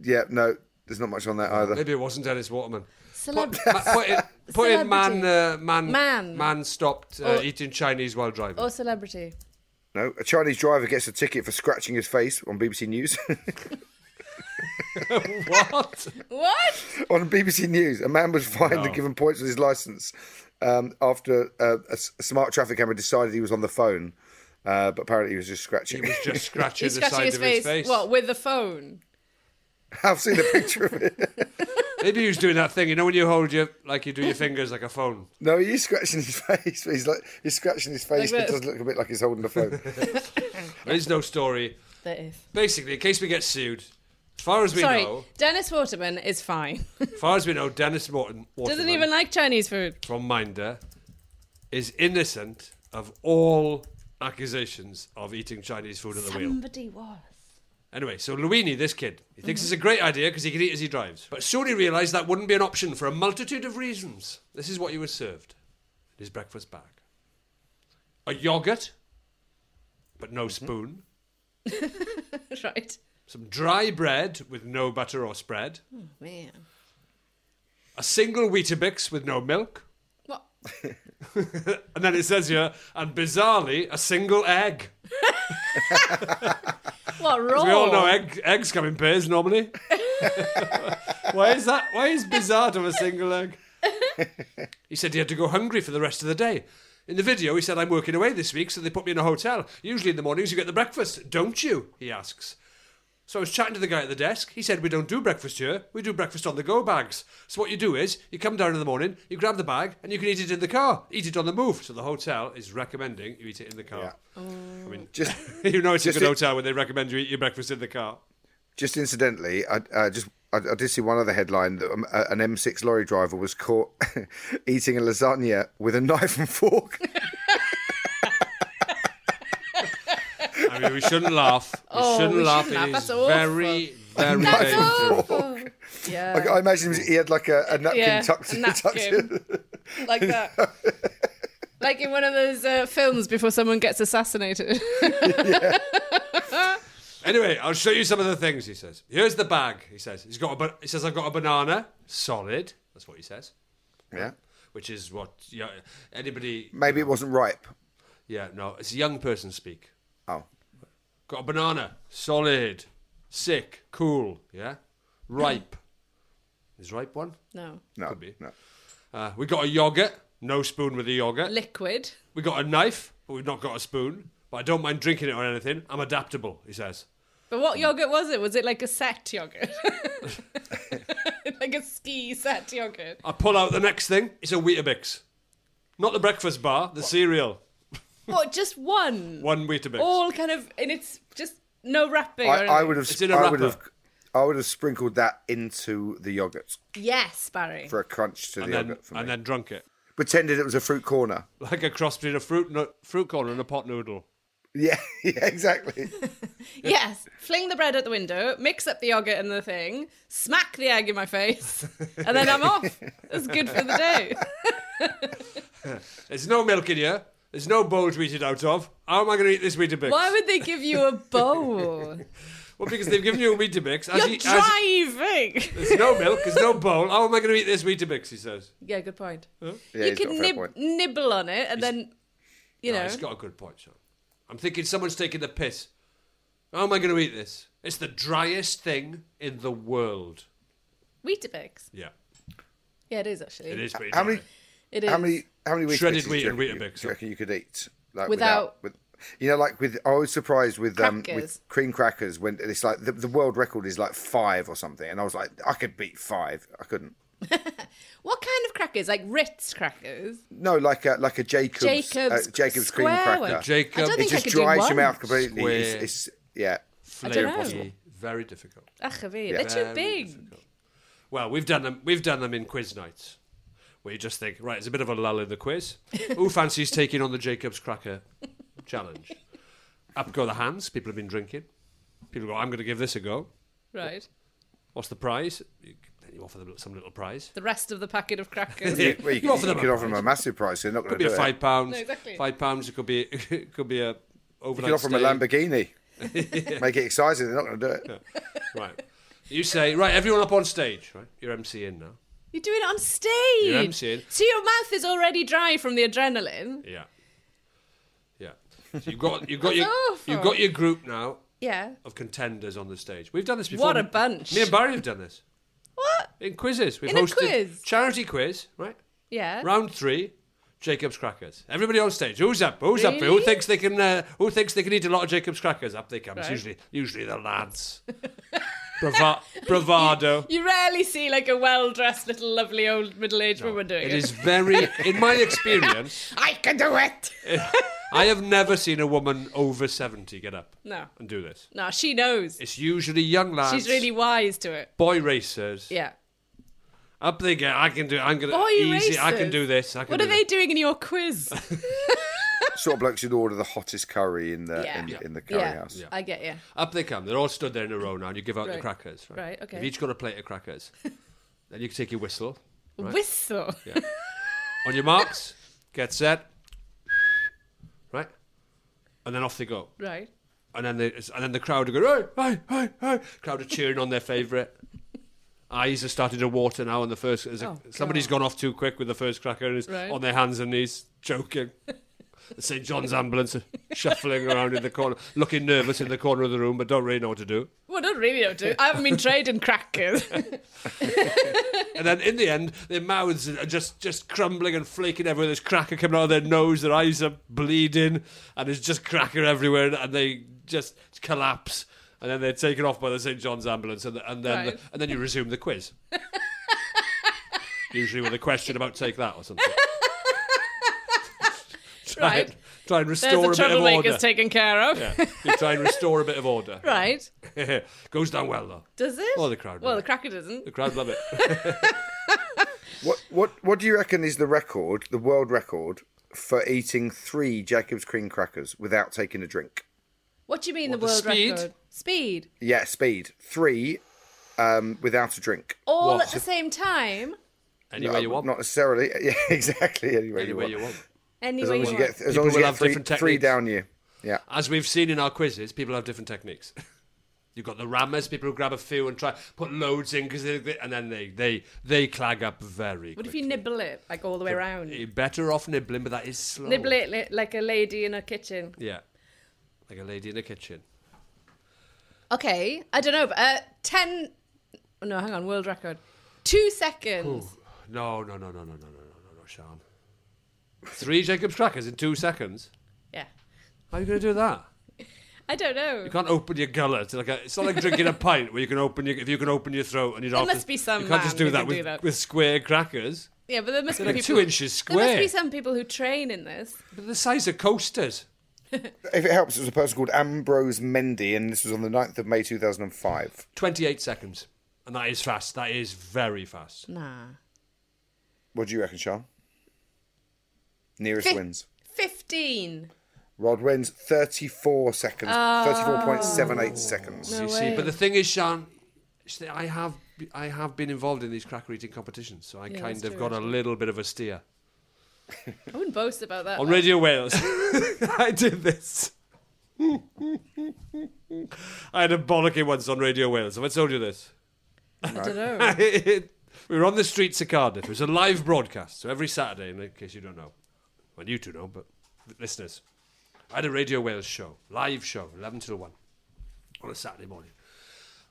yeah, no, there's not much on that either.
Maybe it wasn't Dennis Waterman.
Celeb-
Ma- put in, put in man, uh, man,
Man. Oh.
man stopped uh,
Or-
eating Chinese while driving.
or celebrity.
No, a Chinese driver gets a ticket for scratching his face on BBC News.
what?
What?
on BBC News, a man was fined and given points on his license um, after uh, a, s- a smart traffic camera decided he was on the phone, uh, but apparently he was just
he
scratching.
was just scratching
He's
the
scratching
side
his
of
face.
his face.
What with the phone?
I've seen a picture of it.
Maybe he was doing that thing, you know, when you hold your like you do your fingers like a phone.
No, he's scratching his face. He's like he's scratching his face.
Like
it
this.
does look a bit like he's holding a phone.
There is no story.
That is.
Basically, in case we get sued, as far as we
Sorry,
know,
Dennis Waterman is fine.
as far as we know, Dennis Morton
Doesn't
Waterman
even like Chinese food.
from Minder is innocent of all accusations of eating Chinese food at the wheel.
Somebody was.
Anyway, so Luini, this kid, he thinks
Mm-hmm.
it's a great idea because he can eat as he drives. But soon he realised that wouldn't be an option for a multitude of reasons. This is what he was served in his breakfast bag a yogurt, but no spoon,
right.
some dry bread with no butter or spread,
Man.
a single Weetabix with no milk,
What?
and then it says here, and bizarrely, a single egg.
What raw?
We all
Oh.
know egg, eggs come in pairs normally. why is that? Why is bizarre to have a single egg? he said he had to go hungry for the rest of the day. In the video, he said, I'm working away this week, so they put me in a hotel. Usually in the mornings, you get the breakfast, don't you? He asks. So I was chatting to the guy at the desk. He said, We don't do breakfast here. We do breakfast on the go bags. So what you do is, you come down in the morning, you grab the bag, and you can eat it in the car. Eat it on the move. So the hotel is recommending you eat it in the car. I mean,
Just
you know it's a
Just
good
it-
hotel when they recommend you eat your breakfast in the car.
just incidentally, I, I just I, I did see one other headline that um, a- an M6 lorry driver was caught eating a lasagna with a knife and fork.
I mean, we shouldn't laugh. We
Oh,
shouldn't
we
laugh.
shouldn't
It
laugh.
is
That's awful.
very, very
That's
dangerous.
awful. Yeah.
I, I imagine he had like a, a napkin
Yeah,
tucked
a
in. Tucked in.
like that. like in one of those uh, films before someone gets assassinated.
Anyway, I'll show you some of the things he says. Here's the bag. He says he's got a. Ba- he says I've got a banana, solid. That's what he says,
Yeah,
which is what yeah, anybody.
maybe it wasn't ripe.
Yeah, no, it's a young person speak.
Oh,
Got a banana, solid, sick, cool. Yeah, ripe. is ripe one?
no.
no,
Could be.
no.
Uh, we got a yogurt. No spoon with the yogurt.
Liquid.
We got a knife, but we've not got a spoon. But I don't mind drinking it or anything. I'm adaptable, he says.
But what yogurt was it? Was it like a set yogurt? like a ski set yogurt.
I pull out the next thing. It's a Weetabix. Not the breakfast bar, the cereal.
What, just one?
One Weetabix.
All kind of, and it's just no wrapping. or
I, I
anything.
would have.
It's in a
I would have.
wrapper.
I would have sprinkled that into the yogurt
Yes, Barry.
for a crunch to the
and, then,
yogurt for me.
and then drunk it.
Pretended it was a fruit corner.
Like a cross between a fruit, no- fruit corn and a pot noodle.
Yeah, yeah, exactly.
Yes. Fling the bread out the window, mix up the yogurt and the thing, smack the egg in my face, and then I'm off. That's good for the day.
There's no milk in here. There's no bowl to eat it out of. How am I going to eat this Weetabix?
Why would they give you a bowl?
well, because they've given you a Weetabix. As
You're
he- as-
driving.
there's no milk, there's no bowl. How am I going to eat this Weetabix, he says.
yeah, good point.
Yeah,
you
he's got
could
a fair
nib-
point.
nibble on it, and then you
No,
know.
he's got a good point, Sean. I'm thinking someone's taking the piss. How am I going to eat this? It's the driest thing in the world.
Weetabix.
Yeah,
Yeah, it is actually.
it is pretty.
How many?
It is.
How many? How many Weetabix
Shredded
do
wheat
you
and
reckon you-
Weetabix.
Do you reckon you could eat like
Without-
without? with, you know, like with I was surprised with um
Crackers.
with cream crackers when it's like the, the world record is like five or something, and I was like, I could beat five. I couldn't.
What kind of crackers? Like Ritz crackers.
No, like a like a Jacob's
Jacob's
uh, Jacob's cream
square
cracker.
one.
A Jacob-
I don't
It
It
think
just
I could do
dries
one.
your mouth completely.
Square.
It's, it's yeah.
I don't know.
Flaky, very difficult.
Ach, a bit. They're too
Very
big.
difficult. Well, we've done them. We've done them in quiz nights, where you just think, right, it's a bit of a lull in the quiz. Who fancies taking on the Jacob's Cracker challenge? Up go the hands. People have been drinking. People go, I'm going to give this a go.
Right.
What's the prize? You, then you offer them some little prize.
The rest of the packet of crackers.
Yeah.
Well, you,
You offer them
you
a
could offer
prize.
them a massive price. They're not going
Could be
to do
a
it.
five pounds.
No, exactly.
Five pounds. It could be. It could be a
You
overnight.
could offer them a
stay.
Lamborghini. Make it exciting. They're not going to do it.
Right. You say, right, everyone up on stage. Right. You're emceeing now.
You're doing it on stage.
You're emceeing.
So your mouth is already dry from the adrenaline.
Yeah. Yeah. So you've got you've got your
That's
you've
awful.
got your group now
Yeah.
of contenders on the stage. We've done this before.
What a bunch.
Me and Barry have done this
What?
in quizzes. We've
In a
hosted
quiz? Eh?
charity quiz, right?
Yeah.
Round three, Jacob's crackers. Everybody on stage. Who's up? Who's up? Who
Really?
thinks they can? Uh, who thinks they can eat a lot of Jacob's crackers? Up they come. It's
Right.
usually usually the lads. Brava- bravado.
You rarely see like a well-dressed little lovely old middle-aged woman doing it.
It is very, in my experience,
I can do it.
I have never seen a woman over 70 get up
No.
and do this.
No, she knows.
It's usually young lads,
She's really wise to it.
boy racers.
Yeah.
Up they get. I can do. I'm gonna
Boy
easy. I can
racers?
do this. I can
What
do
are they
this.
doing in your quiz?
Sort of blokes who'd order the hottest curry in the
Yeah.
in,
Yeah.
in the curry
Yeah.
house.
Yeah.
I get you.
Up they come. They're all stood there in a row now, and you give out the
Right.
crackers. Right.
Right, okay.
You've each got a plate of crackers. then you can take your whistle. Right.
Whistle.
Yeah. On your marks, get set. Right. And then off they go.
Right.
And then they, and then the crowd are going, hey, hey, hey, hey. Crowd are cheering on their favourite. Eyes are starting to water now, and the first there's a,
Oh,
somebody's
God.
gone off too quick with the first cracker and is
Right.
on their hands and knees choking. The St John's ambulance are shuffling around in the corner, looking nervous in the corner of the room, but don't really know what to do.
Well, I don't really know. Do I haven't been trading crackers.
And then in the end, their mouths are just just crumbling and flaking everywhere. There's cracker coming out of their nose. Their eyes are bleeding, and there's just cracker everywhere. And they just collapse. And then they're taken off by the St John's ambulance. And, and then
Right.
and then you resume the quiz. Usually with a question about take that or something. try, and,
Right.
try and
There's
restore
the
a bit of order.
troublemaker's taken care of.
yeah. You try and restore a bit of order.
Right.
Goes down well though.
Does it?
Oh, the crowd
Well,
love
the
it.
cracker doesn't.
The crowd love it.
What what what do you reckon is the record, the world record, for eating three Jacob's cream crackers without taking a drink?
What do you mean
What,
the
the
world
speed?
record? Speed.
Yeah, speed three, um, without a drink.
All
What?
at the same time.
Anywhere you want.
Not necessarily. Yeah, exactly. Anyway,
Anywhere you want.
As
Anyway,
long
you,
as you
want.
get as
People
long as you
will
get
have
three,
different
three
techniques.
down you. Yeah.
as we've seen in our quizzes, people have different techniques. You've got the rammers, people who grab a few and try put loads in because they, they- and then they they they clag up very.
what if
quickly.
you nibble it like all the way around?
You're better off nibbling, but that is slow.
Nibble it li- like a lady in a kitchen.
Yeah, like a lady in a kitchen.
Okay, I don't know. But, uh, ten. oh, No, hang on. World record. Two seconds.
No, no, no, no, no, no, no, no, no, no, Sean. Three Jacob's crackers in two seconds.
Yeah.
How are you going to do that?
I don't know.
You can't open your gullet. It's, like a, it's not like drinking a pint where you can open your if you can open your throat and you don't. have
must
to,
be some
You can't just
man
do
who
that
can
with
do that.
with square crackers.
Yeah, but there must be
They're like
people,
two inches
There must be
square.
some people who train in this.
But the size of coasters.
If it helps, it was a person called Ambrose Mendy, and this was on the 9th of May 2005.
28 seconds. And that is fast. That is very fast.
Nah.
What do you reckon, Sean? Nearest
Fif-
wins.
Fifteen.
Rod wins 34 seconds,
Oh.
34.78 seconds.
you see, but the thing is, Sean, is that I have I have been involved in these cracker eating competitions, so I kind
that's
of
true,
got a little bit of a steer.
I wouldn't boast about that.
On Radio Wales, I did this. I had a bollocking once on Radio Wales. Have I told you this?
I don't know.
we were on the streets of Cardiff. It was a live broadcast, so every Saturday, in case you don't know. Well, you two know, but listeners, I had a Radio Wales show, live show, 11 till 1, on a Saturday morning.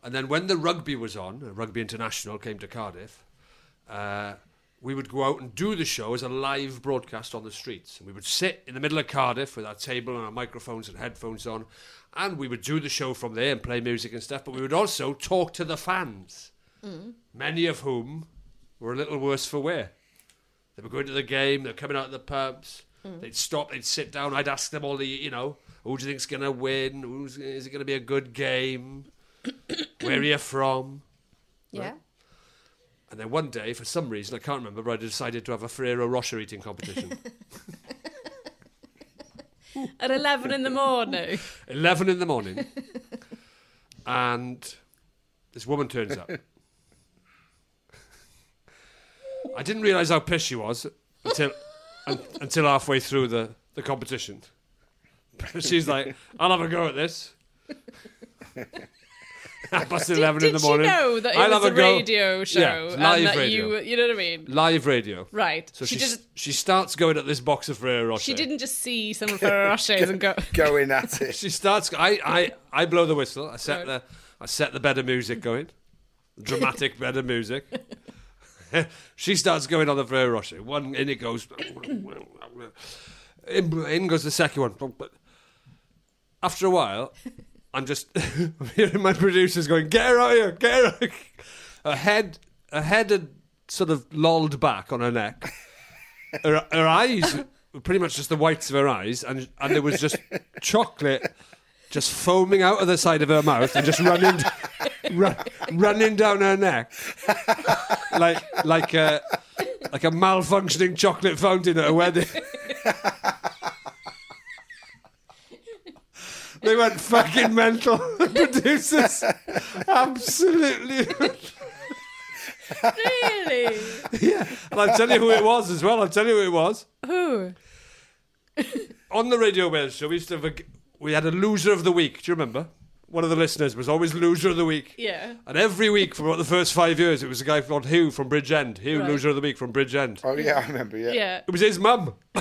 And then when the rugby was on, uh, Rugby International came to Cardiff, uh, we would go out and do the show as a live broadcast on the streets. And we would sit in the middle of Cardiff with our table and our microphones and headphones on, and we would do the show from there and play music and stuff, but we would also talk to the fans, many of whom were a little worse for wear. They were going to the game, they were coming out of the pubs, they'd stop, they'd sit down, I'd ask them all the, you know, who do you think's going to win? Who's, is it going to be a good game? Where are you from?
yeah.
And then one day, for some reason, I can't remember, but I decided to have a Ferrero Rocher eating competition.
At eleven in the morning.
11 in the morning. And this woman turns up. I didn't realise how pissed she was until, un, until halfway through the, the competition. She's like, I'll have a go at this. Half past 11
Did
in the
she
morning.
know that it
I'll
was
have
a
go."
radio show
Yeah, it's live
and that
radio.
you you know what I mean?
Live radio.
Right.
So
she
she,
just
she starts going at this box of Ferrero Rocher.
she didn't just see some Ferrero Rochers and go.
Going at it.
She starts. I, I, I blow the whistle. I set the I set the bed of music going, dramatic bed of music. she starts going on the Ferrero Rocher. One in it goes. in, in goes the second one. After a while, I'm just hearing my producers going, "Get her out of here! Get her!" Out. of here." Her head, her head had sort of lolled back on her neck. Her, her eyes were pretty much just the whites of her eyes, and and there was just chocolate just foaming out of the side of her mouth and just running, run, running down her neck, like like a like a malfunctioning chocolate fountain at a wedding. They went fucking mental. The producers absolutely.
Really?
yeah. And I'll tell you who it was as well. I'll tell you who it was.
Who?
On the Radio Wales show, we used to have a, we had a loser of the week. Do you remember? One of the listeners was always loser of the week.
Yeah.
And every week for about the first five years, it was a guy called Hugh from Bridge End. Hugh,
Right.
loser of the week from Bridge End.
Oh yeah, I remember. Yeah.
Yeah.
It was his mum.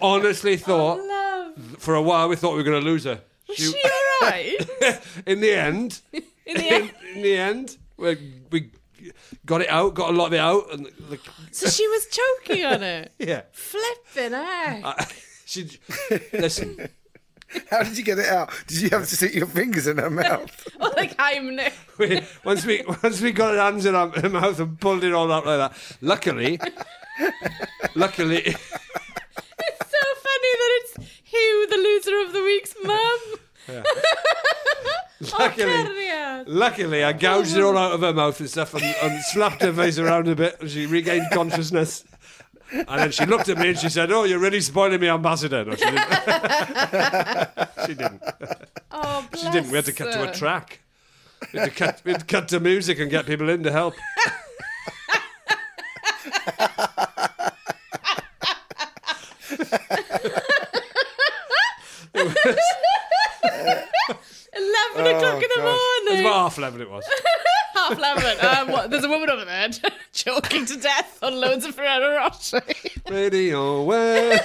Honestly, thought
Love.
for a while we thought we were going to lose her.
Was
She-
she all right?
in the end,
In the
in,
end.
in the end, we, we got it out, got a lot of it out, and the,
So she was choking on it.
the, yeah,
Flipping heck.
she listen.
How did you get it out? Did you have to stick your fingers in her mouth?
Or like I'm Nick.
We, once we once we got her hands in her, her mouth and pulled it all out like that. Luckily, luckily,
It's so funny that it's Hugh, the loser of the week's mum. oh,
Luckily.
Carrier.
luckily, I gouged it all out of her mouth and stuff, and, and slapped her face around a bit, and she regained consciousness. And then she looked at me and she said, "Oh, you're really spoiling me, ambassador." No, she didn't. she didn't.
Oh, bless
She didn't. We had to cut to
her.
a track. We had to cut, we had to, cut to music and get people in to help.
Eleven o'clock in the
It was Oh,
morning.
about half eleven. It was.
Half eleven. Um, what, there's a woman over there choking to death on loads of Ferrero Rocher.
Radio Wales.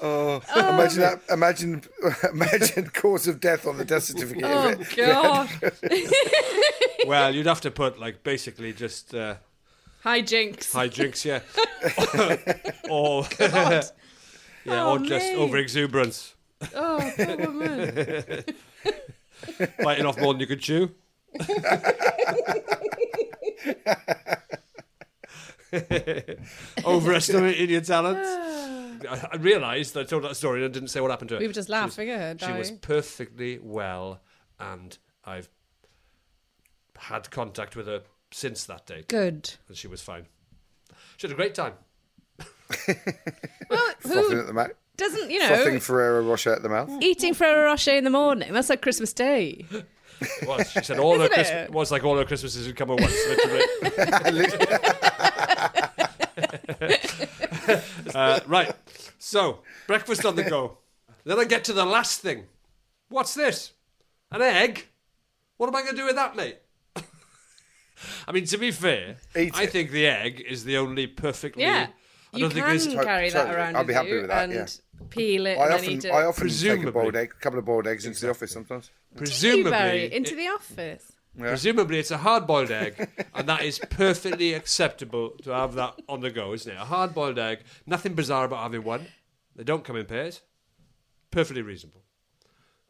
Oh.
Oh. imagine
Um,
that. Imagine, imagine cause of death on the death certificate.
oh God.
Well, you'd have to put like basically just uh,
Hi Jinx.
high drinks, yeah, or yeah,
Oh,
or just
mate.
over exuberance,
Oh, poor woman.
biting off more than you could chew. Overestimating your talents. I, I realised I told that story and I didn't say what happened to her.
We were just laughing at her.
She was
dying.
perfectly well, and I've had contact with her since that day,
good.
and she was fine. She had a great time.
Well,
Frothing
who
at the mouth.
doesn't you
Frothing
know
Ferrero Rocher at the mouth.
eating Ferrero Rocher in the morning? That's like Christmas Day.
It was. She said all her
Isn't
Christmas,
it?
it was like all her Christmases would come at once. Literally. uh, right. So breakfast on the go. Then I get to the last thing. What's this? An egg? What am I going to do with that, mate? I mean, to be fair,
Eat
I
it.
think the egg is the only perfectly.
Yeah.
I
you
don't think
can
there's.
carry that
Totally.
around.
I'll be
with
happy
you
with that,
And
yeah.
peel it
I
and
often,
eat it.
I often take
Presumably.
a boiled egg, a couple of boiled eggs into the office sometimes.
You, Barry,
Presumably,
into the office.
Presumably, it's a hard-boiled egg, and that is perfectly acceptable to have that on the go, isn't it? A hard-boiled egg, nothing bizarre about having one. They don't come in pairs. Perfectly reasonable.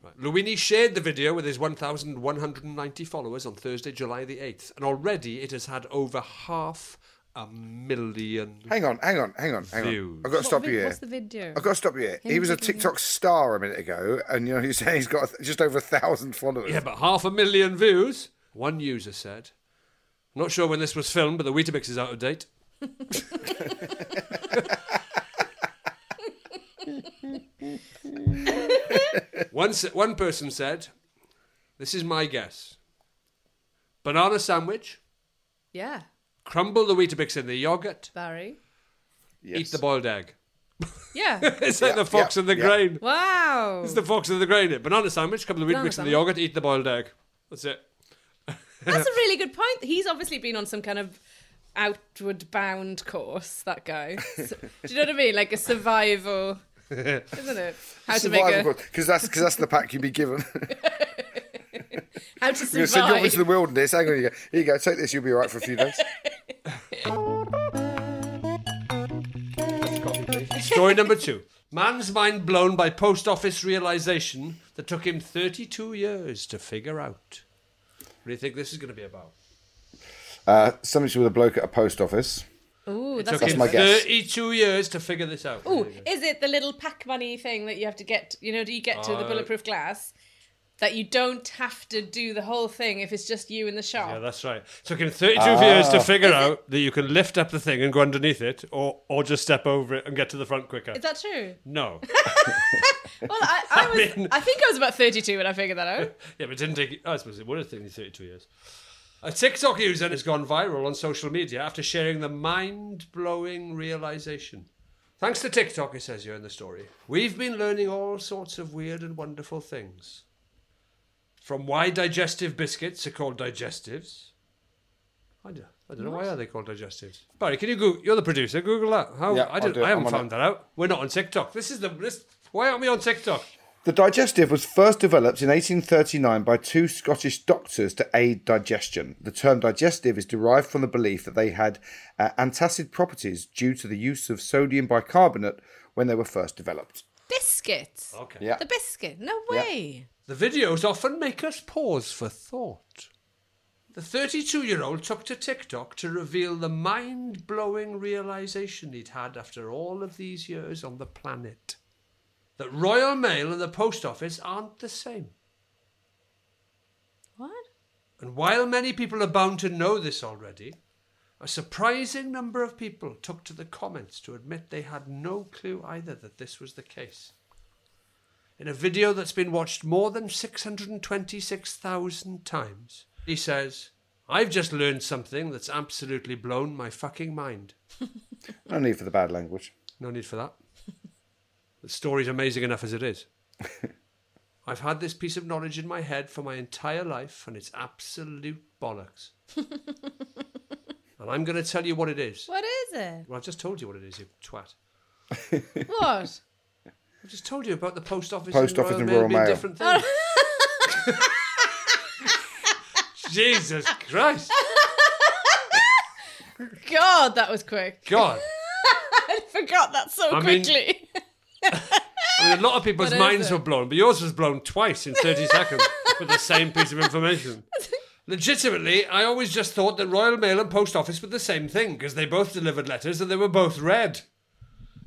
Right. Luini shared the video with his 1,190 followers on Thursday, July the 8th, and already it has had over half a million.
Hang on, hang on, hang on, hang
Views.
on. I've got to
What
stop
vi-
you here.
What's the video?
I've got to stop you here. He
Him
was a
taking
TikTok star a minute ago, and you know he's saying he's got just over a thousand followers.
Yeah, but half a million views. One user said, "Not sure when this was filmed, but the Weetabix is out of date." one s- one person said, "This is my guess: banana sandwich,
Yeah,
crumble the Weetabix in the yogurt,
Barry.
Yes.
eat the boiled egg."
Yeah.
It's like the fox
yeah,
and the
yeah.
grain.
wow.
It's the fox and the grain. It banana sandwich, crumble the Weetabix
Banana
in the
sandwich.
yogurt, eat the boiled egg. That's it.
Uh,
That's a really good point. He's obviously been on some kind of outward bound course. That guy. So- do you know what I mean? Like a survival, isn't it? How to make
uh,
a
because that's because that's the pack you'd be given.
how to
You're gonna send you off
survive.
into the wilderness. Hang on, you go. Here you go. Take this. You'll be all right for a few days.
Story number two. Man's mind blown by post office realization that took him 32 years to figure out. What do you think this is going to be about?
Uh, something to do with a bloke at a post office.
Ooh,
It
that's
took
That's
him
my guess.
32 years to figure this out.
Ooh, eh. is it the little pack money thing that you have to get? You know, do you get to the
Uh,
bulletproof glass that you don't have to do the whole thing if it's just you in the shop?
Yeah, that's right. took him 32 years to figure out that you can lift up the thing and go underneath it, or, or just step over it and get to the front quicker.
Is that true?
No.
Well, I, I was.
mean-
I think I was about thirty-two when I figured that out.
Yeah, but it didn't take. I suppose it would have taken you 32 years. A TikTok user has gone viral on social media after sharing the mind blowing realization. Thanks to TikTok, it says here in the story, we've been learning all sorts of weird and wonderful things. From why digestive biscuits are called digestives. I don't, I don't know why are they called digestives. Barry, can you Google? You're the producer. Google that. How?
Yeah,
I,
I'll
don't,
do it.
I haven't
I'm on
found
it.
that out. We're not on TikTok. This is the. This, why aren't we on TikTok?
The digestive was first developed in 1839 by two Scottish doctors to aid digestion. The term digestive is derived from the belief that they had uh, antacid properties due to the use of sodium bicarbonate when they were first developed.
Biscuits.
Okay.
Yeah.
The biscuit. No
Yeah.
way.
The videos often make us pause for thought. The 32 year old took to TikTok to reveal the mind blowing realization he'd had after all of these years on the planet that Royal Mail and the Post Office aren't the same.
What?
And while many people are bound to know this already, a surprising number of people took to the comments to admit they had no clue either that this was the case. In a video that's been watched more than 626,000 times, he says, I've just learned something that's absolutely blown my fucking mind.
No need for the bad language.
No need for that. The story's amazing enough as it is. I've had this piece of knowledge in my head for my entire life, and it's absolute bollocks. and I'm going to tell you what it is.
What is it?
Well, I've just told you what it is, you twat.
What?
I've just told you about the post office,
Post
and,
office
Royal
and
Mail
Royal
being
Mail.
different things. Jesus Christ!
God, that was quick.
God,
I forgot that so
I mean-
quickly.
I mean, a lot of people's
What is
minds
it?
were blown, but yours was blown twice in 30 seconds with the same piece of information. Legitimately, I always just thought that Royal Mail and Post Office were the same thing because they both delivered letters and they were both read.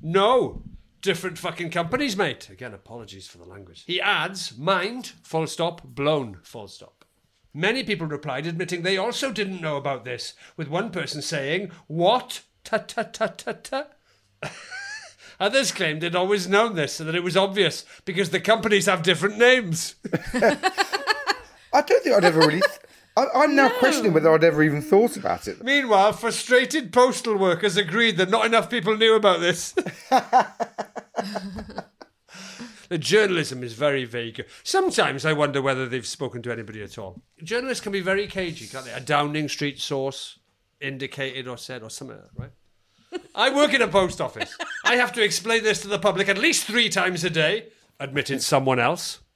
No, different fucking companies, mate. Again, apologies for the language. He adds, mind, full stop, blown, full stop. Many people replied, admitting they also didn't know about this, with one person saying, What? Ta ta ta ta ta. Others claimed they'd always known this and that it was obvious because the companies have different names.
I don't think I'd ever really. I, I'm now questioning whether I'd ever even thought about it.
Meanwhile, frustrated postal workers agreed that not enough people knew about this. the journalism is very vague. Sometimes I wonder whether they've spoken to anybody at all. Journalists can be very cagey, can't they? A Downing Street source indicated or said or something, right? I work in a post office. I have to explain this to the public at least three times a day. Admitted someone else.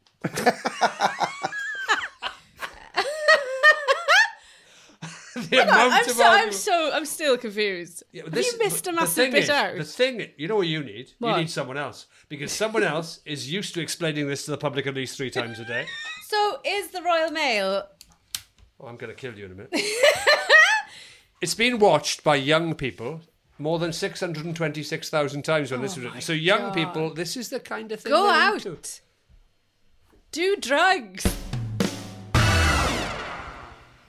The amount
I'm
of
so, I'm
argument-
so, I'm still confused.
Yeah,
Have
this-
you missed
but
a
the
massive
thing
bit
is-
out?
The thing, you know what you need? You
What?
need someone else because someone else is used to explaining this to the public at least three times a day.
So, is the Royal Mail?
Oh, I'm going to kill you in a minute. it's been watched by young people more than 626,000 times when this was written. So, young people, this is the kind of thing.
Oh Go
they're
out.
into.
Do drugs.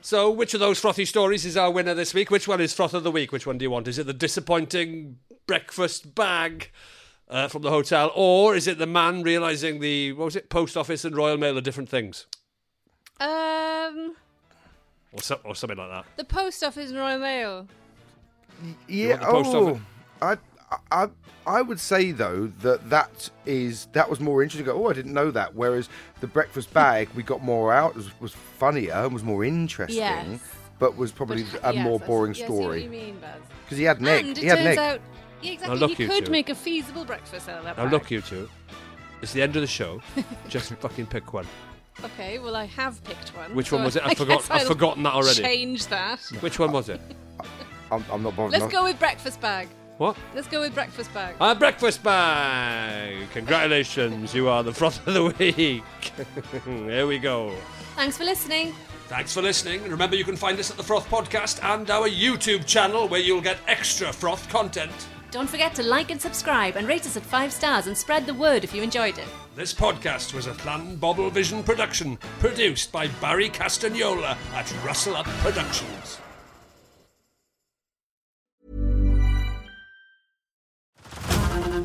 So, which of those frothy stories is our winner this week? Which one is froth of the week? Which one do you want? Is it the disappointing breakfast bag uh, from the hotel, or is it the man realizing the what was it, post office and Royal Mail are different things,
Um,
or, so, or something like that?
the post office and Royal Mail.
Yeah.
want the post
oh,
office?
I, I, I would say though that that is that was more interesting. Go, Oh, I didn't know that. Whereas the breakfast bag, we got more out. Was, was funnier and was more interesting.
Yes.
But was probably
But-
a
yes,
more
I see-
boring
yeah, I see what you
story
mean, Baz.
because he had Nick.
And it
he had
turns
Nick.
out, yeah, exactly.
look,
he
you
could
two.
make a feasible breakfast out of that.
Now,
bag.
look, you two, it's the end of the show. Just fucking pick one.
Okay, well, I have picked one.
Which
so
one was it?
I
I've forgot-
guess
I've
I'll
forgotten that already.
Change that.
Which one was it?
I'm, I'm not bothered.
Let's
I'm-
go with breakfast bag.
What?
Let's go with breakfast bag.
A breakfast bag! Congratulations, you are the froth of the week. Here we go.
Thanks for listening.
Thanks for listening. And remember, you can find us at the Froth Podcast and our YouTube channel where you'll get extra froth content.
Don't forget to like and subscribe and rate us at five stars and spread the word if you enjoyed it.
This podcast was a Flan Bobble Vision production produced by Barry Castagnola at Rustle Up Productions.